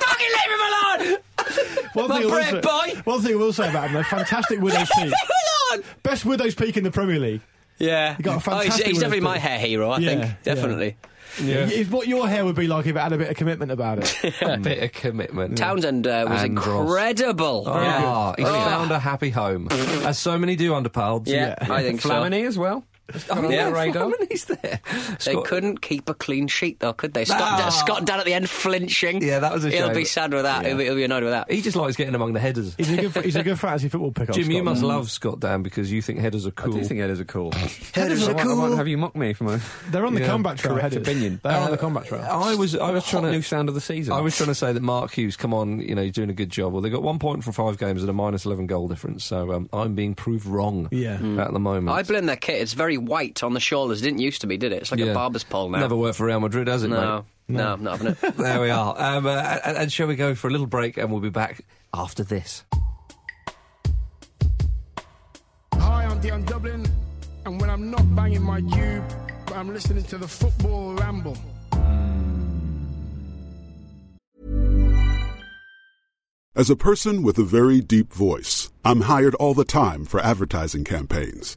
Speaker 9: Fucking leave him alone!
Speaker 4: One
Speaker 9: My
Speaker 4: I will
Speaker 9: bread,
Speaker 4: say-
Speaker 9: boy.
Speaker 4: One thing I will say about him, they're fantastic widow's peak.
Speaker 9: Leave him alone!
Speaker 4: Best widow's peak in the Premier League.
Speaker 9: Yeah.
Speaker 4: You got a
Speaker 9: oh, he's,
Speaker 4: fantastic
Speaker 9: he's definitely my
Speaker 4: one, but-
Speaker 9: hair hero, I
Speaker 4: Yeah, yeah.
Speaker 9: think. Definitely.
Speaker 5: Yeah.
Speaker 4: It's what your hair would be like if it had a bit of commitment about it.
Speaker 7: Mm.
Speaker 5: A bit of commitment.
Speaker 9: Townsend uh, was
Speaker 5: And Ross.
Speaker 9: incredible.
Speaker 5: Oh,
Speaker 9: yeah.
Speaker 5: he's found a happy home. As so many do under Pards.
Speaker 9: Yeah, I think so.
Speaker 7: Flamini as well.
Speaker 5: Oh,
Speaker 9: Yeah.
Speaker 5: yeah, Flamini's there.
Speaker 9: They
Speaker 5: Scott-
Speaker 9: couldn't keep a clean sheet, though, could they? Scott,
Speaker 5: Ah.
Speaker 9: Scott down at the end flinching.
Speaker 5: Yeah, that was a
Speaker 9: He'll
Speaker 5: shame.
Speaker 9: be sad with that. He'll, be, he'll be annoyed with that.
Speaker 5: He just likes getting among the headers.
Speaker 4: He's a good, he's a good fantasy football pickup.
Speaker 5: Jim, you
Speaker 4: Scott.
Speaker 5: must love Scott Dan because you think headers are
Speaker 7: I
Speaker 5: cool.
Speaker 7: do think headers are cool.
Speaker 4: Headers
Speaker 7: I
Speaker 4: are
Speaker 7: won't- I
Speaker 4: cool.
Speaker 7: won't have you mock me for my
Speaker 4: They're on the
Speaker 5: Yeah,
Speaker 4: comeback trail.
Speaker 7: correct
Speaker 4: headers.
Speaker 7: opinion.
Speaker 4: They're
Speaker 10: Uh,
Speaker 4: on the comeback trail.
Speaker 5: I was, I was
Speaker 9: Oh,
Speaker 5: trying to.
Speaker 7: new sound of the season.
Speaker 5: I was trying to say that Mark Hughes, come on, you know, you're doing a good job. Well, they got one point from five games and a minus 11 goal difference, so um, I'm being proved wrong
Speaker 4: Yeah. Mm.
Speaker 5: at the moment.
Speaker 9: I blame their kit. It's very white on the shoulders. Didn't used to be, did it? It's like
Speaker 5: Yeah.
Speaker 9: a barber's pole now.
Speaker 5: Never worked for Real Madrid, has it,
Speaker 9: no, no, not having it.
Speaker 5: mate? There we are. Um, uh, and, and shall we go for a little break and we'll be back after this?
Speaker 11: Hi, I'm Dion Dublin, and when I'm not banging my cube, I'm listening to the football ramble.
Speaker 12: As a person with a very deep voice, I'm hired all the time for advertising campaigns.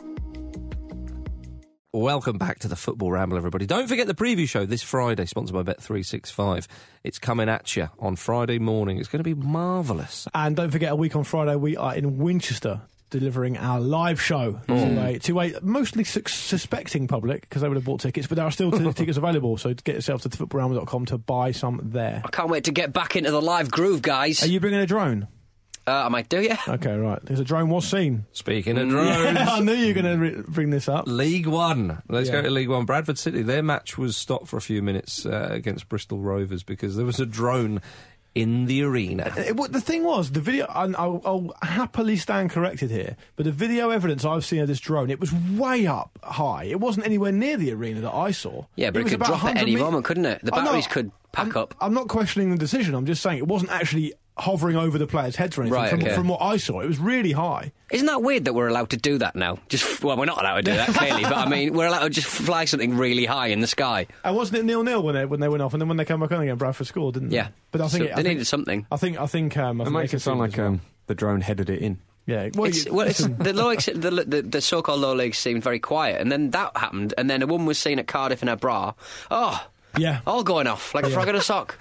Speaker 5: Welcome back to the Football Ramble, everybody. Don't forget the preview show this Friday, sponsored by Bet365. It's coming at you on Friday morning. It's going to be marvellous.
Speaker 4: And don't forget, a week on Friday, we are in Winchester delivering our live show
Speaker 5: Mm.
Speaker 4: to, a, to a mostly su- suspecting public because they would have bought tickets, but there are still t- tickets available. So get yourself to footballramble.com to buy some there.
Speaker 10: I can't wait to get back into the live groove, guys.
Speaker 4: Are you bringing a drone?
Speaker 10: Uh, I might do, yeah.
Speaker 4: Okay, right. There's a drone was seen. Hmm.
Speaker 5: Speaking
Speaker 9: Mm.
Speaker 5: of drones.
Speaker 4: Yeah, I knew you were going to re- bring this up.
Speaker 5: League One. Let's
Speaker 4: Yeah.
Speaker 5: go to League One. Bradford City. Their match was stopped for a few minutes uh, against Bristol Rovers because there was a drone in the arena.
Speaker 4: It, what, the thing was, the video, and I'll, I'll happily stand corrected here, but the video evidence I've seen of this drone, it was way up high. It wasn't anywhere near the arena that I saw.
Speaker 10: Yeah, but it,
Speaker 4: was
Speaker 10: could
Speaker 4: about
Speaker 10: drop at
Speaker 4: 100
Speaker 10: any
Speaker 4: me-
Speaker 10: moment, couldn't it? The
Speaker 4: I know.
Speaker 10: batteries could pack up.
Speaker 4: I'm not questioning the decision. I'm just saying it wasn't actually hovering over the players' heads or anything.
Speaker 10: Right,
Speaker 4: from,
Speaker 10: okay.
Speaker 4: from what I saw, it was really high.
Speaker 10: Isn't that weird that we're allowed to do that now? Just well, we're not allowed to do that clearly, but I mean, we're allowed to just fly something really high in the sky.
Speaker 4: And wasn't it nil nil when they when they went off, and then when they came back on again, Bradford scored, didn't they?
Speaker 10: Yeah,
Speaker 4: but I think
Speaker 10: So
Speaker 4: it, I
Speaker 10: they
Speaker 4: think,
Speaker 10: needed something.
Speaker 4: I think I think um, I
Speaker 7: It
Speaker 4: think
Speaker 7: makes
Speaker 4: they
Speaker 7: it sound like um, the drone headed it in.
Speaker 4: Yeah,
Speaker 10: it's, well, it's, the, low, ex- the, the, the so-called low league seemed very quiet, and then that happened, and then a woman was seen at Cardiff in her bra. Oh,
Speaker 4: yeah,
Speaker 10: all going off like a frog in a sock.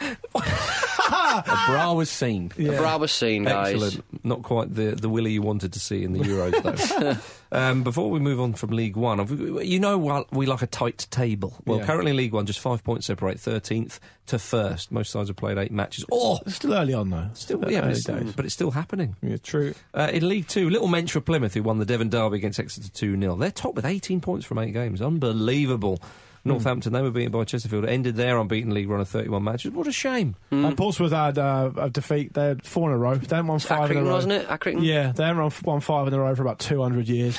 Speaker 7: The bra was seen.
Speaker 10: The bra Ah. was seen, guys.
Speaker 5: Excellent. Not quite the, the Willy you wanted to see in the Euros, though. um, before we move on from League One, I've- you know while we like a tight table. Well,
Speaker 4: Yeah.
Speaker 5: currently League One, just five points separate, 13th to 1st. Most sides have played eight matches. Oh!
Speaker 4: It's still early on though.
Speaker 5: Still, yeah, but it's, but it's still happening.
Speaker 4: Yeah, true.
Speaker 5: Uh, in League Two, little mention for Plymouth, who won the Devon Derby against Exeter 2 0. They're top with 18 points from eight games. Unbelievable.
Speaker 4: Hmm.
Speaker 5: Northampton, they were beaten by Chesterfield. Ended their unbeaten league run of 31 matches. What a shame.
Speaker 4: And Portsmouth had uh, a defeat. They had four in a row. They hadn't won five in a
Speaker 10: Accrington,
Speaker 4: row.
Speaker 10: wasn't it? Accrington?
Speaker 4: Yeah, they hadn't won, f- won five in a row for about 200 years.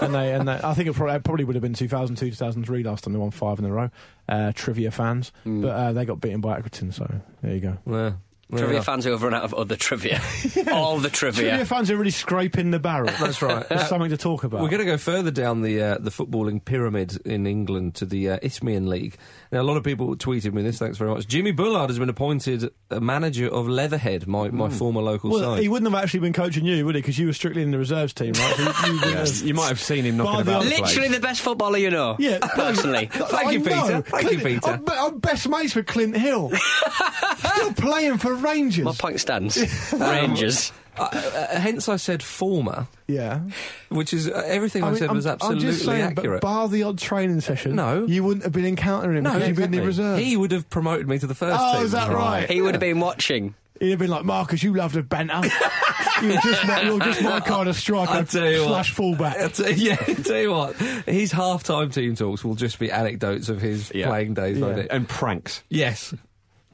Speaker 4: and they, and they, I think it probably, it probably would have been 2002, 2003 last time they won five in a row. Uh, trivia fans. But uh, they got beaten by Accrington, so there you go.
Speaker 5: Yeah. Yeah.
Speaker 10: Trivia fans who have run out of other trivia. All the trivia.
Speaker 4: Trivia fans are really scraping the barrel.
Speaker 5: That's right.
Speaker 4: There's something to talk about.
Speaker 5: We're going to go further down the uh, the footballing pyramid in England to the uh, Isthmian League. Now, a lot of people tweeted me this. Thanks very much. Jimmy Bullard has been appointed a manager of Leatherhead, my, my former local
Speaker 4: Hmm. well,
Speaker 5: side.
Speaker 4: he wouldn't have actually been coaching you, would he? Because you were strictly in the reserves team, right? So you, you wouldn't have-
Speaker 7: You might have seen him knocking
Speaker 4: By the
Speaker 7: about.
Speaker 4: other-
Speaker 7: the place.
Speaker 10: Literally the best footballer you know.
Speaker 4: Yeah,
Speaker 10: personally.
Speaker 5: Thank you,
Speaker 4: I
Speaker 5: Peter.
Speaker 4: know.
Speaker 5: Thank you,
Speaker 4: Clint-
Speaker 5: Peter.
Speaker 4: I'm, be- I'm best mates with Clint Hill. Still playing for Rangers.
Speaker 10: My point stands. Rangers.
Speaker 5: Uh, uh, hence, I said former,
Speaker 4: yeah.
Speaker 5: which is uh, everything I,
Speaker 4: mean,
Speaker 5: said was
Speaker 4: I'm- I'm
Speaker 5: absolutely
Speaker 4: just saying,
Speaker 5: accurate.
Speaker 4: But bar the odd training session,
Speaker 5: No.
Speaker 4: you wouldn't have been encountering him because you'd been in the reserve.
Speaker 5: He would have promoted me to the first
Speaker 4: Oh,
Speaker 5: team.
Speaker 4: is that right?
Speaker 10: He would have been watching.
Speaker 4: He'd have been like, Marcus, you love the banter. you're, just my, you're just my kind of
Speaker 5: I
Speaker 4: striker
Speaker 5: tell you what.
Speaker 4: slash
Speaker 5: I
Speaker 4: fullback.
Speaker 5: tell- yeah, I tell you what, his halftime team talks will just be anecdotes of his
Speaker 7: Yeah.
Speaker 5: playing days, won't
Speaker 4: Yeah.
Speaker 5: it?
Speaker 7: And pranks.
Speaker 5: Yes.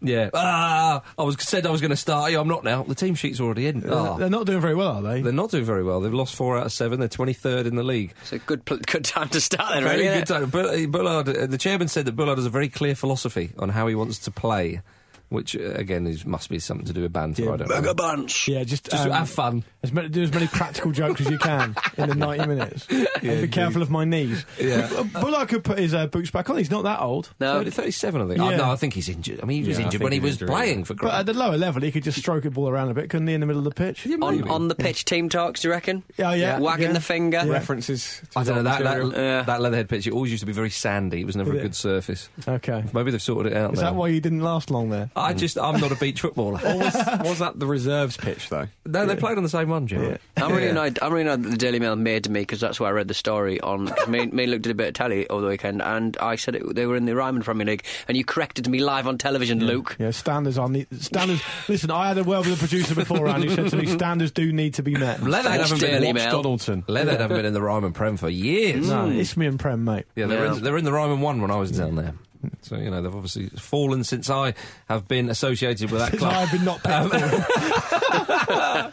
Speaker 5: Yeah. Ah, I was said I was going to start. Yeah, I'm not now. The team sheet's already in. Ah.
Speaker 4: They're not doing very well, are they?
Speaker 5: They're not doing very well. They've lost four out of seven. They're 23rd in the league.
Speaker 10: It's a good, pl- good time to start then,
Speaker 5: Very
Speaker 10: really.
Speaker 5: good time. Bull- Bullard, uh, the chairman said that Bullard has a very clear philosophy on how he wants to play, which uh, again is must be something to do with banter. I don't know.
Speaker 10: Mega bunch.
Speaker 4: Yeah, just,
Speaker 5: Just
Speaker 4: um,
Speaker 5: have fun.
Speaker 4: As many, do as many practical jokes as you can in the 90 minutes. and be careful of my knees.
Speaker 5: Yeah.
Speaker 4: Bullard could put his uh, boots back on. He's not that old.
Speaker 10: No,
Speaker 5: 30 37, I think.
Speaker 4: Yeah.
Speaker 5: Oh, no, I think he's injured. I mean, he was
Speaker 7: Yeah, I
Speaker 5: injured
Speaker 7: think
Speaker 5: when he
Speaker 7: he's
Speaker 5: was
Speaker 7: injured,
Speaker 5: playing
Speaker 7: yeah. uh,
Speaker 5: for
Speaker 4: But at
Speaker 5: Grant.
Speaker 4: the lower level, he could just stroke it ball around a bit, couldn't he, in the middle of the pitch? Yeah,
Speaker 10: on, on the pitch, team talks, do you reckon?
Speaker 4: yeah.
Speaker 10: Wagging
Speaker 4: yeah.
Speaker 10: the finger.
Speaker 4: Yeah.
Speaker 7: References. To
Speaker 5: I don't know, that, that,
Speaker 7: material.
Speaker 10: Yeah.
Speaker 5: that leatherhead pitch, it always used to be very sandy. It was never
Speaker 4: Did
Speaker 5: a
Speaker 4: it?
Speaker 5: good surface.
Speaker 4: Okay.
Speaker 5: Maybe they've sorted it out
Speaker 4: Is
Speaker 5: now.
Speaker 4: that why you didn't last long there?
Speaker 5: I just, I'm not a beach footballer.
Speaker 7: was, was that the reserves pitch, though?
Speaker 5: no, they played on the same one, Jim.
Speaker 10: I'm really annoyed. I'm really annoyed that the Daily Mail made me because that's where I read the story on. 'cause me, me looked at a bit of telly over the weekend, and I said it, they were in the Ryman Premier League, and you corrected me live on television, Luke.
Speaker 4: Yeah, standards are need standards. listen, I had a word with the producer beforehand who said to me, standards do need to be met.
Speaker 5: Leatherhead
Speaker 10: Thanks,
Speaker 5: haven't, been,
Speaker 10: Daily
Speaker 5: watched-
Speaker 10: Mail.
Speaker 7: Donaldson.
Speaker 5: Leatherhead haven't been in the Ryman Prem for years.
Speaker 4: No, it's me and Prem, mate.
Speaker 5: Hmm. Yeah, they're,
Speaker 10: Mm. Yeah.
Speaker 5: In, they're in the Ryman 1 when I was down there. So you know they've obviously fallen since I have been associated with that
Speaker 4: Since
Speaker 5: club.
Speaker 4: I have been not
Speaker 5: Um,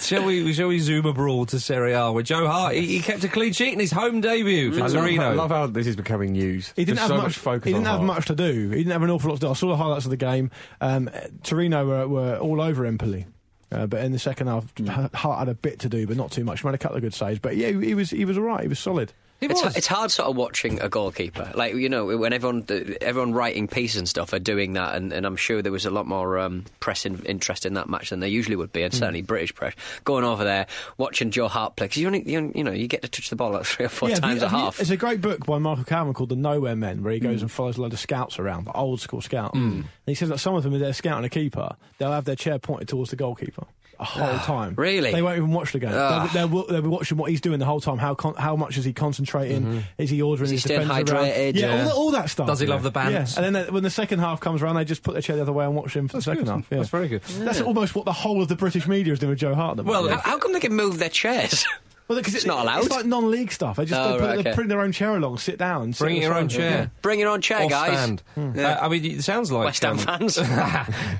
Speaker 5: shall we? Shall we zoom abroad to Serie A where Joe Hart he, he kept a clean sheet in his home debut for
Speaker 7: I love,
Speaker 5: Torino.
Speaker 7: how- Mm. I love how this is becoming news.
Speaker 4: He didn't
Speaker 7: There's
Speaker 4: have
Speaker 7: so
Speaker 4: much.
Speaker 7: focus.
Speaker 4: he didn't
Speaker 7: on
Speaker 4: have
Speaker 7: Hart.
Speaker 4: much to do. He didn't have an awful lot to do. I saw the highlights of the game. Um, Torino were, were all over Empoli. Uh, but in the second half,
Speaker 7: Mm.
Speaker 4: Hart had a bit to do, but not too much. He made a couple of good saves, but yeah, he, he was he was all right. He was solid.
Speaker 6: It's, it's hard sort of watching a goalkeeper. Like, you know, when everyone everyone writing pieces and stuff are doing that, and, and I'm sure there was a lot more um, press in, interest in that match than there usually would be, and
Speaker 4: Hmm.
Speaker 5: Mm.
Speaker 6: certainly British press. Going over there, watching Joe Hart play, because you, only- you, you know, you get to touch the ball like three or four
Speaker 4: Yeah, have
Speaker 6: times
Speaker 4: you-
Speaker 6: a
Speaker 4: have you-
Speaker 6: half.
Speaker 4: it's a great book by Michael Calvin called The Nowhere Men, where he goes and follows a load of scouts around, like old school scouts.
Speaker 6: Mm.
Speaker 4: And he says that some of them, if they're scouting a keeper, they'll have their chair pointed towards the goalkeeper the whole time.
Speaker 6: really?
Speaker 4: They won't even watch the game.
Speaker 6: Ah.
Speaker 4: They'll, they'll, wa- they'll be watching what he's doing the whole time. How con- how much is he concentrating? Is he ordering
Speaker 6: Is he
Speaker 4: his
Speaker 6: staying
Speaker 4: defence
Speaker 6: hydrated?
Speaker 4: around? Yeah,
Speaker 6: Yeah.
Speaker 4: All, that, all that stuff.
Speaker 5: Does he love the
Speaker 4: band?
Speaker 5: bands?
Speaker 4: And then they- when the second half comes around, they just put their chair the other way and watch him for the second half. Yeah.
Speaker 5: That's very good.
Speaker 4: That's
Speaker 5: Yeah.
Speaker 4: almost what the whole of the British media is doing with Joe Hart. at the
Speaker 6: well,
Speaker 4: moment.
Speaker 6: how, how come they can move their chairs?
Speaker 4: Well,
Speaker 6: it's,
Speaker 4: 'cause it-
Speaker 6: not allowed.
Speaker 4: It's like non-league stuff. They just
Speaker 6: Oh,
Speaker 4: they put,
Speaker 6: right,
Speaker 4: they
Speaker 6: okay.
Speaker 4: bring their own chair along, sit down, sit
Speaker 5: Bring
Speaker 4: on the
Speaker 5: your own
Speaker 4: sofa.
Speaker 5: chair.
Speaker 6: Bring your own chair,
Speaker 5: Or
Speaker 6: guys.
Speaker 5: stand.
Speaker 6: Yeah.
Speaker 5: Uh, I mean, it sounds like
Speaker 6: West Ham fans.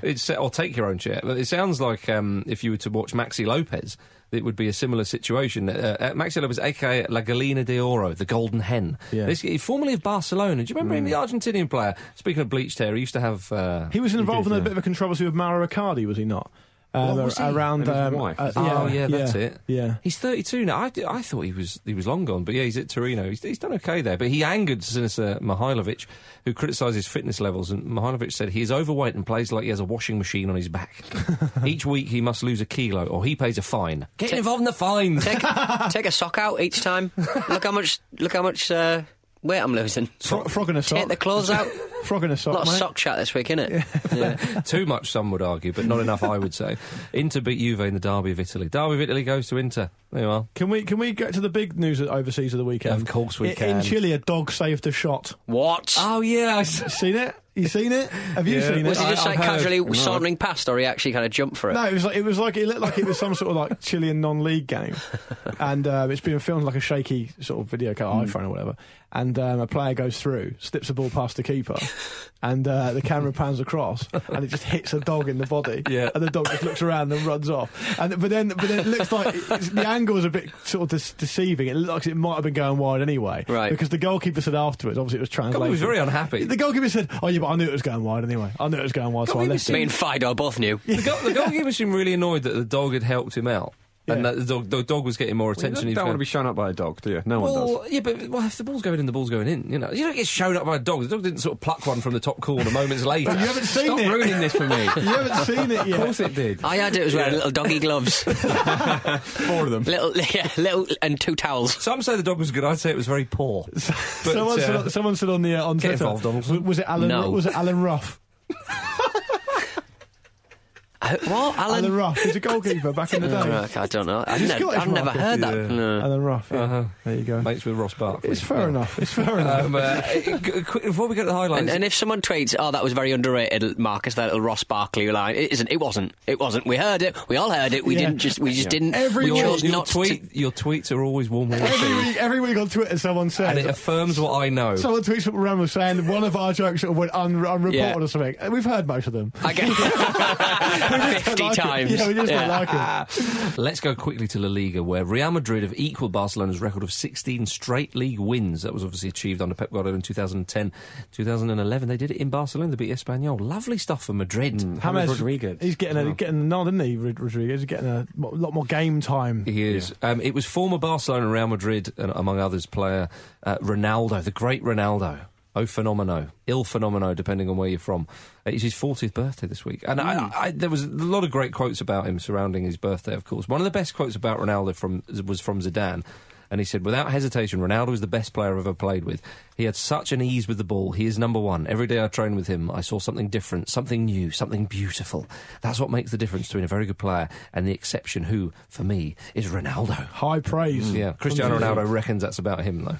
Speaker 5: it's, or take your own chair. But it sounds like um, if you were to watch Maxi Lopez, it would be a similar situation. Uh, uh, Maxi Lopez, aka La Gallina de Oro, the Golden Hen.
Speaker 4: Yeah.
Speaker 5: This, he- formerly of Barcelona. Do you remember him, the Argentinian player? Speaking of bleached hair, he used to have. Uh,
Speaker 4: He was involved
Speaker 5: did,
Speaker 4: in a
Speaker 5: yeah.
Speaker 4: bit of a controversy with Mauro Icardi, was he not? Um,
Speaker 5: What was he?
Speaker 4: Around
Speaker 5: And his
Speaker 4: um,
Speaker 5: wife,
Speaker 4: uh,
Speaker 5: isn't it? oh yeah, that's
Speaker 4: yeah,
Speaker 5: it.
Speaker 4: Yeah.
Speaker 5: he's 32 now. I, I thought he was he was long gone, but yeah, he's at Torino. He's, he's done okay there, but he angered Sinister Mihailovic, who criticised his fitness levels. And Mihailovic said he is overweight and plays like he has a washing machine on his back. Each week he must lose a kilo, or he pays a fine. Get involved in the fines.
Speaker 6: take, take a sock out each time. Look how much. Look how much. Uh, Weight I'm losing.
Speaker 4: Fro- frog in a sock.
Speaker 6: Take the clothes out.
Speaker 4: Frog in a
Speaker 6: A
Speaker 4: sock,
Speaker 6: lot of
Speaker 4: mate.
Speaker 6: sock chat this week, innit? Yeah.
Speaker 5: Too much, some would argue, but not enough, I would say. Inter beat Juve in the derby of Italy. Derby of Italy goes to Inter. There you are.
Speaker 4: Can we can we get to the big news overseas of the weekend?
Speaker 5: Of course we
Speaker 4: in,
Speaker 5: can.
Speaker 4: In Chile, a dog saved a shot.
Speaker 6: What?
Speaker 4: Ah.
Speaker 5: Oh yeah, I
Speaker 4: seen it? You seen it? Have you
Speaker 5: Yeah.
Speaker 4: seen it?
Speaker 6: Was he just
Speaker 5: I-
Speaker 6: like
Speaker 5: I've heard-
Speaker 6: casually
Speaker 5: No.
Speaker 6: sauntering past, or he actually kind of jumped for it?
Speaker 4: No, it was like it was like it looked like it was some sort of like Chilean non-league game, and um, it's been filmed like a shaky sort of video
Speaker 5: Hmm.
Speaker 4: card, iPhone or whatever. And um, a player goes through, slips a ball past the keeper, and uh, the camera pans across, and it just hits a dog in the body.
Speaker 5: Yeah.
Speaker 4: and the dog just looks around and runs off. And but then but then it looks like it's, the angle is a bit sort of des- deceiving. It looks like it might have been going wide anyway,
Speaker 6: Right.
Speaker 4: Because the goalkeeper said afterwards, obviously it was translated.
Speaker 5: he was very unhappy.
Speaker 4: The goalkeeper said, "Oh yeah, but I knew it was going wide anyway. I knew it was going wide, so I
Speaker 5: we were
Speaker 4: left
Speaker 6: Me
Speaker 4: it."
Speaker 6: and Fido both knew.
Speaker 5: The, goal, the goalkeeper seemed really annoyed that the dog had helped him out. And
Speaker 4: Yeah.
Speaker 5: that the dog, the dog was getting more
Speaker 7: Well, you
Speaker 5: attention.
Speaker 7: don't,
Speaker 5: He
Speaker 7: don't want to
Speaker 5: found-
Speaker 7: be shown up by a dog, do you? No one does.
Speaker 5: well, yeah, but well, if the ball's going in, the ball's going in. You know, you don't get shown up by a dog. The dog didn't sort of pluck one from the top corner moments later.
Speaker 4: You haven't seen
Speaker 7: Stop
Speaker 4: it.
Speaker 7: ruining this for me.
Speaker 4: You haven't seen it
Speaker 7: Of
Speaker 4: yet.
Speaker 7: course it did.
Speaker 6: I had it was wearing little doggy gloves,
Speaker 7: Four of them.
Speaker 6: little, yeah, little, and two towels.
Speaker 5: Some say the dog was good. I'd say it was very poor. But,
Speaker 4: someone,
Speaker 5: uh,
Speaker 4: said, someone said on the uh, on
Speaker 5: Get
Speaker 4: Twitter,
Speaker 5: involved, Donaldson.
Speaker 4: w- was it Alan?
Speaker 6: No.
Speaker 4: Was it Alan Ruff?
Speaker 6: Uh, what, Alan?
Speaker 4: Alan Ruff. He's a goalkeeper back in the
Speaker 6: Oh,
Speaker 4: day.
Speaker 6: right, I don't know. I've,
Speaker 4: He's
Speaker 6: ne-
Speaker 4: Scottish,
Speaker 6: I've never
Speaker 4: Marcus.
Speaker 6: heard that.
Speaker 5: Yeah.
Speaker 6: No.
Speaker 4: Alan Ruff. Yeah.
Speaker 5: Uh-huh.
Speaker 4: There you go.
Speaker 5: mates with Ross Barkley.
Speaker 4: It's fair
Speaker 5: Yeah.
Speaker 4: enough. It's fair enough.
Speaker 5: Um, uh, g- quick, before we get to the highlights,
Speaker 6: And, and if someone tweets, "Oh, that was very underrated, Marcus," that little Ross Barkley line, it isn't. It wasn't. It wasn't. We heard it. We all heard it. We
Speaker 4: Yeah.
Speaker 6: didn't just. We just didn't.
Speaker 4: Every
Speaker 6: we
Speaker 5: your,
Speaker 6: chose
Speaker 5: your
Speaker 6: not
Speaker 5: tweet, your tweets are always warm
Speaker 4: every
Speaker 5: and
Speaker 4: week, every week on Twitter, someone
Speaker 5: and it
Speaker 4: says.
Speaker 5: affirms what I know.
Speaker 4: Someone tweets up around was saying one of our jokes sort of went un- unreported
Speaker 6: Yeah.
Speaker 4: or something. Uh, We've heard most of them.
Speaker 6: to. I get
Speaker 4: Don't
Speaker 6: fifty
Speaker 4: like it.
Speaker 6: times.
Speaker 4: Yeah, we just don't like it.
Speaker 5: Let's go quickly to La Liga, where Real Madrid have equalled Barcelona's record of 16 straight league wins. That was obviously achieved under Pep Guardiola in 2010, 2011. They did it in Barcelona. They beat Espanyol. Lovely stuff for Madrid.
Speaker 6: Mm.
Speaker 7: James Rodriguez.
Speaker 4: He's getting a, getting a nod, isn't he, Rod- Rodriguez? He's getting a mo- lot more game time.
Speaker 5: He is. Um, it was former Barcelona, Real Madrid, and among others, player uh, Ronaldo, the great Ronaldo. Oh, fenomeno, ill fenomeno, depending on where you're from. Uh, It's his 40th birthday this week, and I, I, there was a lot of great quotes about him surrounding his birthday. Of course, one of the best quotes about Ronaldo from was from Zidane, and he said, "Without hesitation, Ronaldo is the best player I've ever played with. He had such an ease with the ball. He is number one. Every day I train with him, I saw something different, something new, something beautiful. That's what makes the difference between a very good player and the exception, who for me is Ronaldo."
Speaker 4: High praise.
Speaker 5: Mm. Yeah, Cristiano
Speaker 4: Unbelievable.
Speaker 5: Ronaldo reckons that's about him, though.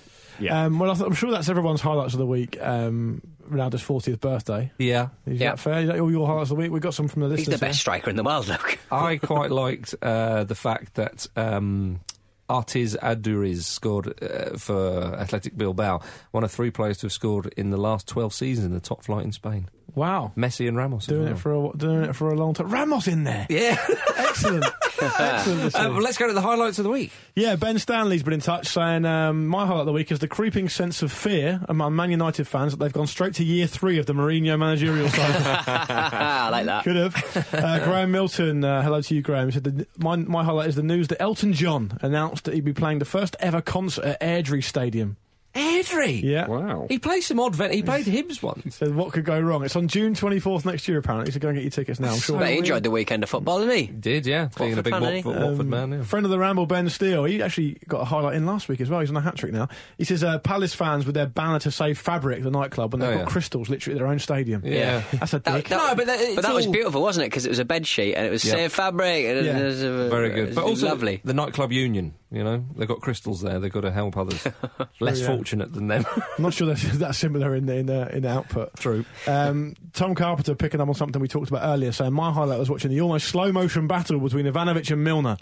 Speaker 4: Um, well, I th- I'm sure that's everyone's highlights of the week. Um, Ronaldo's 40th birthday.
Speaker 5: Yeah.
Speaker 4: Is
Speaker 6: Yeah.
Speaker 4: that fair? Is that all your highlights of the week? We've got some from the
Speaker 6: He's
Speaker 4: listeners.
Speaker 6: the best striker in the world, Luke.
Speaker 5: I quite liked uh, the fact that um, Artiz Aduriz scored uh, for Athletic Bilbao, one of three players to have scored in the last 12 seasons in the top flight in Spain.
Speaker 4: Wow.
Speaker 5: Messi and Ramos. as
Speaker 4: Doing
Speaker 5: well.
Speaker 4: it for a doing it for a long time. Ramos in there.
Speaker 5: Yeah.
Speaker 4: Excellent. Excellent this
Speaker 5: Uh,
Speaker 4: week.
Speaker 6: Um,
Speaker 5: well, let's go to the highlights of the week.
Speaker 4: Yeah, Ben Stanley's been in touch saying um, my highlight of the week is the creeping sense of fear among Man United fans that they've gone straight to year three of the Mourinho managerial cycle.
Speaker 6: Ah, I like that.
Speaker 4: Could have. Uh, Graham Milton, uh, hello to you, Graham. Said the, my, my highlight is the news that Elton John announced that he'd be playing the first ever concert at Airdrie Stadium.
Speaker 5: Airdrie.
Speaker 4: Yeah.
Speaker 7: Wow.
Speaker 5: He plays some odd vent. He played Hibs once.
Speaker 4: Said what could go wrong? It's on June 24th next year, apparently. So go and get your tickets now. I'm sure.
Speaker 6: but he enjoyed the weekend of football, didn't he?
Speaker 5: Did yeah, being a big
Speaker 6: fan,
Speaker 5: Watford,
Speaker 6: ain't he?
Speaker 5: Watford
Speaker 4: Um,
Speaker 5: man. Yeah.
Speaker 4: Friend of the Ramble, Ben Steele, he actually got a highlight in last week as well. He's on a hat trick now. He says uh, Palace fans with their banner to save Fabric, the nightclub, and they've
Speaker 5: Oh,
Speaker 4: got
Speaker 5: yeah.
Speaker 4: crystals literally at their own stadium.
Speaker 5: Yeah.
Speaker 4: That's a
Speaker 6: That,
Speaker 4: dick.
Speaker 6: that-
Speaker 5: No, but that- it's
Speaker 6: that was
Speaker 5: all-
Speaker 6: beautiful, wasn't it? Because it was a bed sheet and it was
Speaker 5: Yeah.
Speaker 6: save fabric. And
Speaker 4: Yeah.
Speaker 6: it was, uh,
Speaker 5: Very good, but
Speaker 6: it was
Speaker 5: also
Speaker 6: lovely.
Speaker 5: the nightclub union. You know, they've got crystals there. They've got to help others less
Speaker 4: Oh, yeah.
Speaker 5: fortunate than them.
Speaker 4: I'm not sure that's that similar in the, in the, in the output.
Speaker 5: True.
Speaker 4: Um, Tom Carpenter picking up on something we talked about earlier, saying my highlight was watching the almost slow motion battle between Ivanovic and Milner.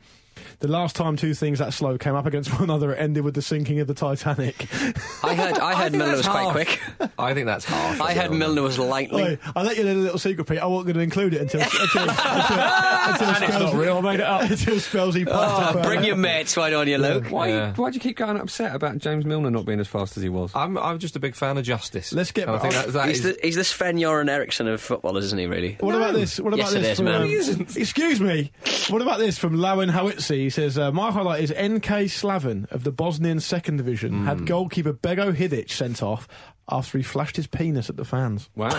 Speaker 4: The last time two things that slow came up against one another, it ended with the sinking of the Titanic.
Speaker 6: I heard, I heard
Speaker 5: think
Speaker 6: Milner was
Speaker 5: that's
Speaker 6: quite
Speaker 5: harsh.
Speaker 6: quick.
Speaker 5: I think that's harsh.
Speaker 6: I heard Milner was lightning.
Speaker 4: Wait, I'll let you in a little secret, Pete. I wasn't going to include it until until, until, until
Speaker 7: And it's
Speaker 4: Spells-
Speaker 7: not real, I made it up.
Speaker 4: Until Spelzy popped
Speaker 6: Oh,
Speaker 4: up.
Speaker 6: bring your mates, why don't you, Luke?
Speaker 7: Why,
Speaker 5: Yeah.
Speaker 7: why do you keep getting upset about James Milner not being as fast as he was?
Speaker 5: I'm I'm just a big fan of justice.
Speaker 4: Let's get
Speaker 5: And I think
Speaker 4: back-
Speaker 5: that, that
Speaker 6: he's,
Speaker 5: is-
Speaker 6: the, he's the Sven Göran Eriksson of footballers, isn't he? Really?
Speaker 4: What about this? What
Speaker 6: Yes,
Speaker 4: about
Speaker 6: it
Speaker 4: this?
Speaker 6: is,
Speaker 4: from,
Speaker 6: man.
Speaker 4: um,
Speaker 6: He
Speaker 4: excuse me. What about this from Lowen Howitzi? He says, uh, My highlight is NK Slavin of the Bosnian second division
Speaker 6: Hmm.
Speaker 4: had goalkeeper Bego Hidic sent off after he flashed his penis at the fans.
Speaker 7: Wow.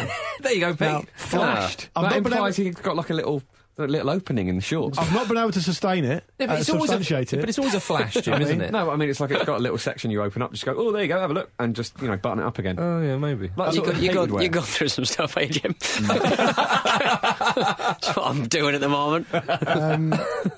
Speaker 5: there you go, Pete.
Speaker 4: Now,
Speaker 7: Ah. Flashed.
Speaker 4: I've
Speaker 7: that
Speaker 4: not been
Speaker 7: implies
Speaker 4: able-
Speaker 7: he's got like a little, a little opening in the shorts.
Speaker 4: I've not been able to sustain it,
Speaker 5: Yeah,
Speaker 4: uh, substantiate
Speaker 5: a,
Speaker 4: it.
Speaker 5: but it's always a flash, Jim, isn't it?
Speaker 7: No, I mean it's like it's got a little section you open up, just go, oh, there you go, have a look, and just you know button it up again.
Speaker 5: Oh yeah, maybe.
Speaker 7: That's
Speaker 6: You
Speaker 7: what
Speaker 6: go,
Speaker 7: the
Speaker 6: you,
Speaker 7: hated
Speaker 6: go,
Speaker 7: wear.
Speaker 6: you go through some stuff, eh, Jim? That's what I'm doing at the moment.
Speaker 4: Um,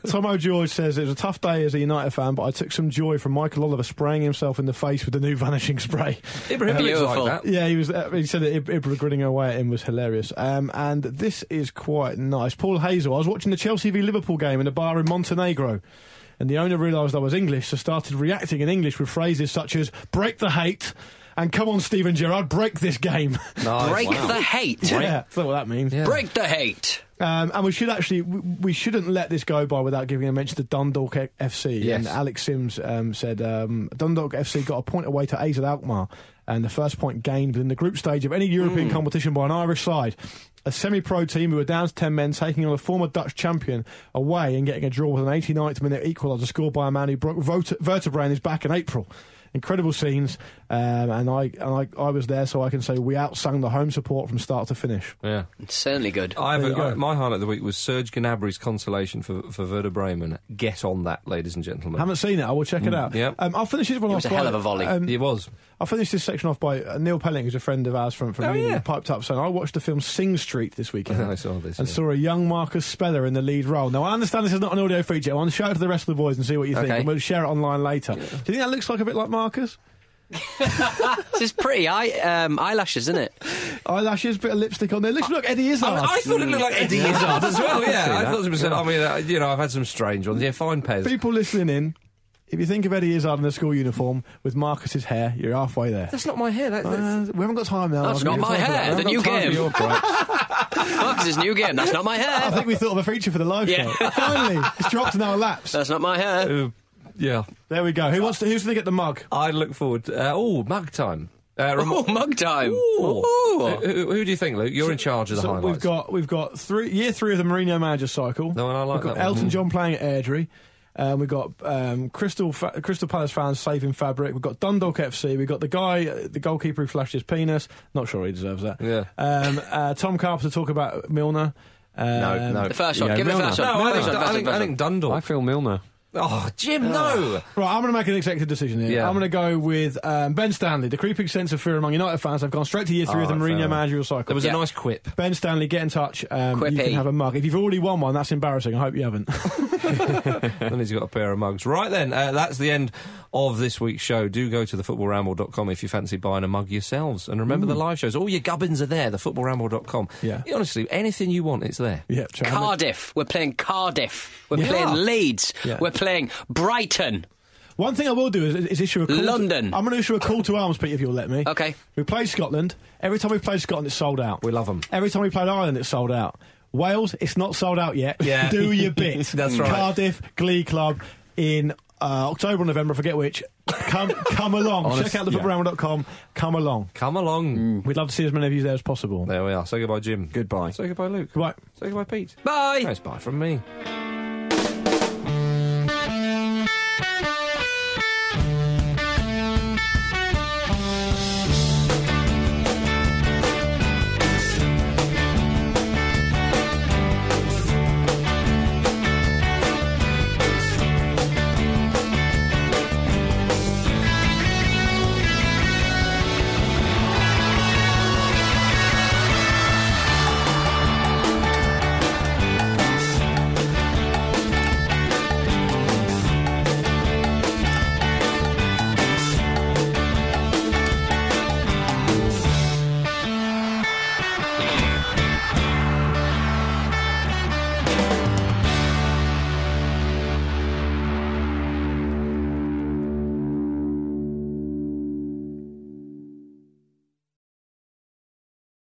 Speaker 4: Tom O'George says it was a tough day as a United fan, but I took some joy from Michael Oliver spraying himself in the face with the new vanishing spray. Um,
Speaker 5: Ibrahim looks
Speaker 6: Beautiful.
Speaker 5: like that.
Speaker 4: Yeah, he was. Uh, he said that Ib- Ibra grinning away at him was hilarious. Um, and this is quite nice. Paul Hazel. I was watching the Chelsea v Liverpool game in a bar in Montenegro, and the owner realised I was English, so started reacting in English with phrases such as "break the hate" and "come on, Steven Gerrard, break this game."
Speaker 5: Nice.
Speaker 6: Break
Speaker 5: Wow.
Speaker 6: the hate.
Speaker 4: yeah, that's what that means.
Speaker 6: Break the hate.
Speaker 4: Um, and we should actually we, we shouldn't let this go by without giving a mention to Dundalk F- FC.
Speaker 5: Yes.
Speaker 4: And Alex Sims um, said um, Dundalk FC got a point away to AZ Alkmaar and the first point gained within the group stage of any European competition by an Irish side. A semi-pro team who were down to 10 men taking on a former Dutch champion away and getting a draw with an 89th minute equaliser scored by a man who broke verte- vertebrae in his back in April. Incredible scenes, um, and, I, and I, I was there, so I can say we outsung the home support from start to finish.
Speaker 5: Yeah.
Speaker 6: It's certainly good.
Speaker 5: I have
Speaker 4: There you
Speaker 5: a,
Speaker 4: go.
Speaker 5: I, my highlight of the week was Serge Gnabry's consolation for, for Werder Bremen. Get on that, ladies and gentlemen.
Speaker 4: Haven't seen it. I will check
Speaker 6: Mm,
Speaker 4: it out.
Speaker 5: yep.
Speaker 4: Um, I'll finish this one
Speaker 6: It
Speaker 4: off.
Speaker 6: was a
Speaker 4: by-
Speaker 6: hell of a volley.
Speaker 4: Um,
Speaker 5: it was.
Speaker 4: I'll finish this section off by uh, Neil Pelling, who's a friend of ours from from
Speaker 5: Oh,
Speaker 4: Union,
Speaker 5: yeah.
Speaker 4: piped up saying, "I watched the film Sing Street this weekend.
Speaker 5: I saw this,
Speaker 4: and
Speaker 5: yeah.
Speaker 4: saw a young Marcus Speller in the lead role. Now I understand this is not an audio feature. I want to show it to the rest of the boys and see what you think,
Speaker 6: Okay.
Speaker 4: and we'll share it online later. Do you think that looks like a bit like Marcus?
Speaker 6: This is pretty eye, um, eyelashes, isn't it?
Speaker 4: Eyelashes, bit of lipstick on there. Looks like Eddie Izzard.
Speaker 5: I, I thought it looked
Speaker 6: Oh,
Speaker 5: like Eddie Izzard as well. Yeah, I thought it was. I mean, uh, you know, I've had some strange ones. Yeah, fine pairs.
Speaker 4: People listening in, if you think of Eddie Izzard in a school uniform with Marcus's hair, you're halfway there.
Speaker 5: That's not my hair. That, that's,
Speaker 4: Uh, we haven't got time now.
Speaker 6: That's
Speaker 4: I've
Speaker 6: not
Speaker 4: got
Speaker 6: my
Speaker 4: time for that.
Speaker 6: hair,
Speaker 4: We
Speaker 6: the new
Speaker 4: haven't got time for
Speaker 6: game.
Speaker 4: your gripes.
Speaker 6: Marcus's new game. That's not my
Speaker 4: I
Speaker 6: hair.
Speaker 4: think we thought of a feature for the live
Speaker 6: Yeah.
Speaker 4: show. Finally, it's dropped in our laps.
Speaker 6: That's not my hair.
Speaker 5: uh, yeah,
Speaker 4: There we go. Who wants to? Who's going to get the mug?
Speaker 5: I look forward. Uh, oh, mug time. Uh, rem-
Speaker 6: Oh, mug time.
Speaker 5: Ooh. Uh,
Speaker 6: Ooh.
Speaker 5: Who, who- who do you think, Luke? You're in charge of the
Speaker 4: So
Speaker 5: highlights.
Speaker 4: we've got we've got three year three of the Mourinho manager cycle.
Speaker 5: No, and I like
Speaker 4: we've got
Speaker 5: that one.
Speaker 4: Elton
Speaker 5: Mm.
Speaker 4: John playing at Airdrie. Um, we've got um, Crystal Fa- Crystal Palace fans saving fabric. We've got Dundalk FC. We've got the guy, uh, the goalkeeper who flashed his penis. Not sure he deserves that.
Speaker 5: Yeah.
Speaker 4: Um, uh, Tom Carpenter talk about Milner. Um,
Speaker 7: No, no.
Speaker 6: The first one.
Speaker 7: Yeah,
Speaker 6: Give it the
Speaker 7: Milner.
Speaker 6: first one.
Speaker 5: no, I
Speaker 6: First
Speaker 5: think,
Speaker 6: one,
Speaker 5: I
Speaker 6: first
Speaker 5: think,
Speaker 6: one,
Speaker 5: I
Speaker 6: first
Speaker 5: think
Speaker 6: one.
Speaker 5: Dundalk.
Speaker 7: I feel Milner.
Speaker 5: oh, Jim, no.
Speaker 4: Right, I'm going to make an executive decision here.
Speaker 5: Yeah.
Speaker 4: I'm going to go with um, Ben Stanley. The creeping sense of fear among United fans. I've gone straight to year three of the
Speaker 5: Alright, Oh, fair
Speaker 4: Mourinho
Speaker 5: enough.
Speaker 4: managerial cycle.
Speaker 5: There was
Speaker 6: Yeah.
Speaker 5: a nice quip.
Speaker 4: Ben Stanley, get in touch. Um, you
Speaker 6: Quippy.
Speaker 4: can have a mug. If you've already won one, that's embarrassing. I hope you haven't.
Speaker 5: and he's got a pair of mugs. Right then, uh, that's the end of this week's show. Do go to thefootballramble.com if you fancy buying a mug yourselves. And remember the live shows. All your gubbins are there, thefootballramble.com.
Speaker 4: Yeah.
Speaker 5: Honestly, anything you want, it's there.
Speaker 4: yeah, try and-
Speaker 6: Cardiff. We're playing Cardiff. We're
Speaker 4: Yeah.
Speaker 6: playing Leeds.
Speaker 4: Yeah.
Speaker 6: We're playing Brighton.
Speaker 4: One thing I will do is, is issue a call. to-
Speaker 6: London.
Speaker 4: I'm going to issue a call to arms, Pete, if you'll let me.
Speaker 6: Okay.
Speaker 4: We played Scotland. Every time we played Scotland, it's sold out. We love them. Every time we played Ireland, it's sold out. Wales, it's not sold out yet.
Speaker 5: Yeah.
Speaker 4: Do your bit.
Speaker 5: That's right.
Speaker 4: Cardiff Glee Club in uh, October, or November, I forget which. Come, come along.
Speaker 5: Honest-
Speaker 4: Check out
Speaker 5: yeah.
Speaker 4: thefootballramble.com. Come along.
Speaker 5: Come along.
Speaker 4: We'd love to see as many of you there as possible.
Speaker 5: There we are. Say goodbye, Jim. Goodbye. Say goodbye, Luke.
Speaker 4: Goodbye.
Speaker 5: Say goodbye, Pete.
Speaker 6: Bye.
Speaker 5: Nice bye from me.
Speaker 13: Yeah.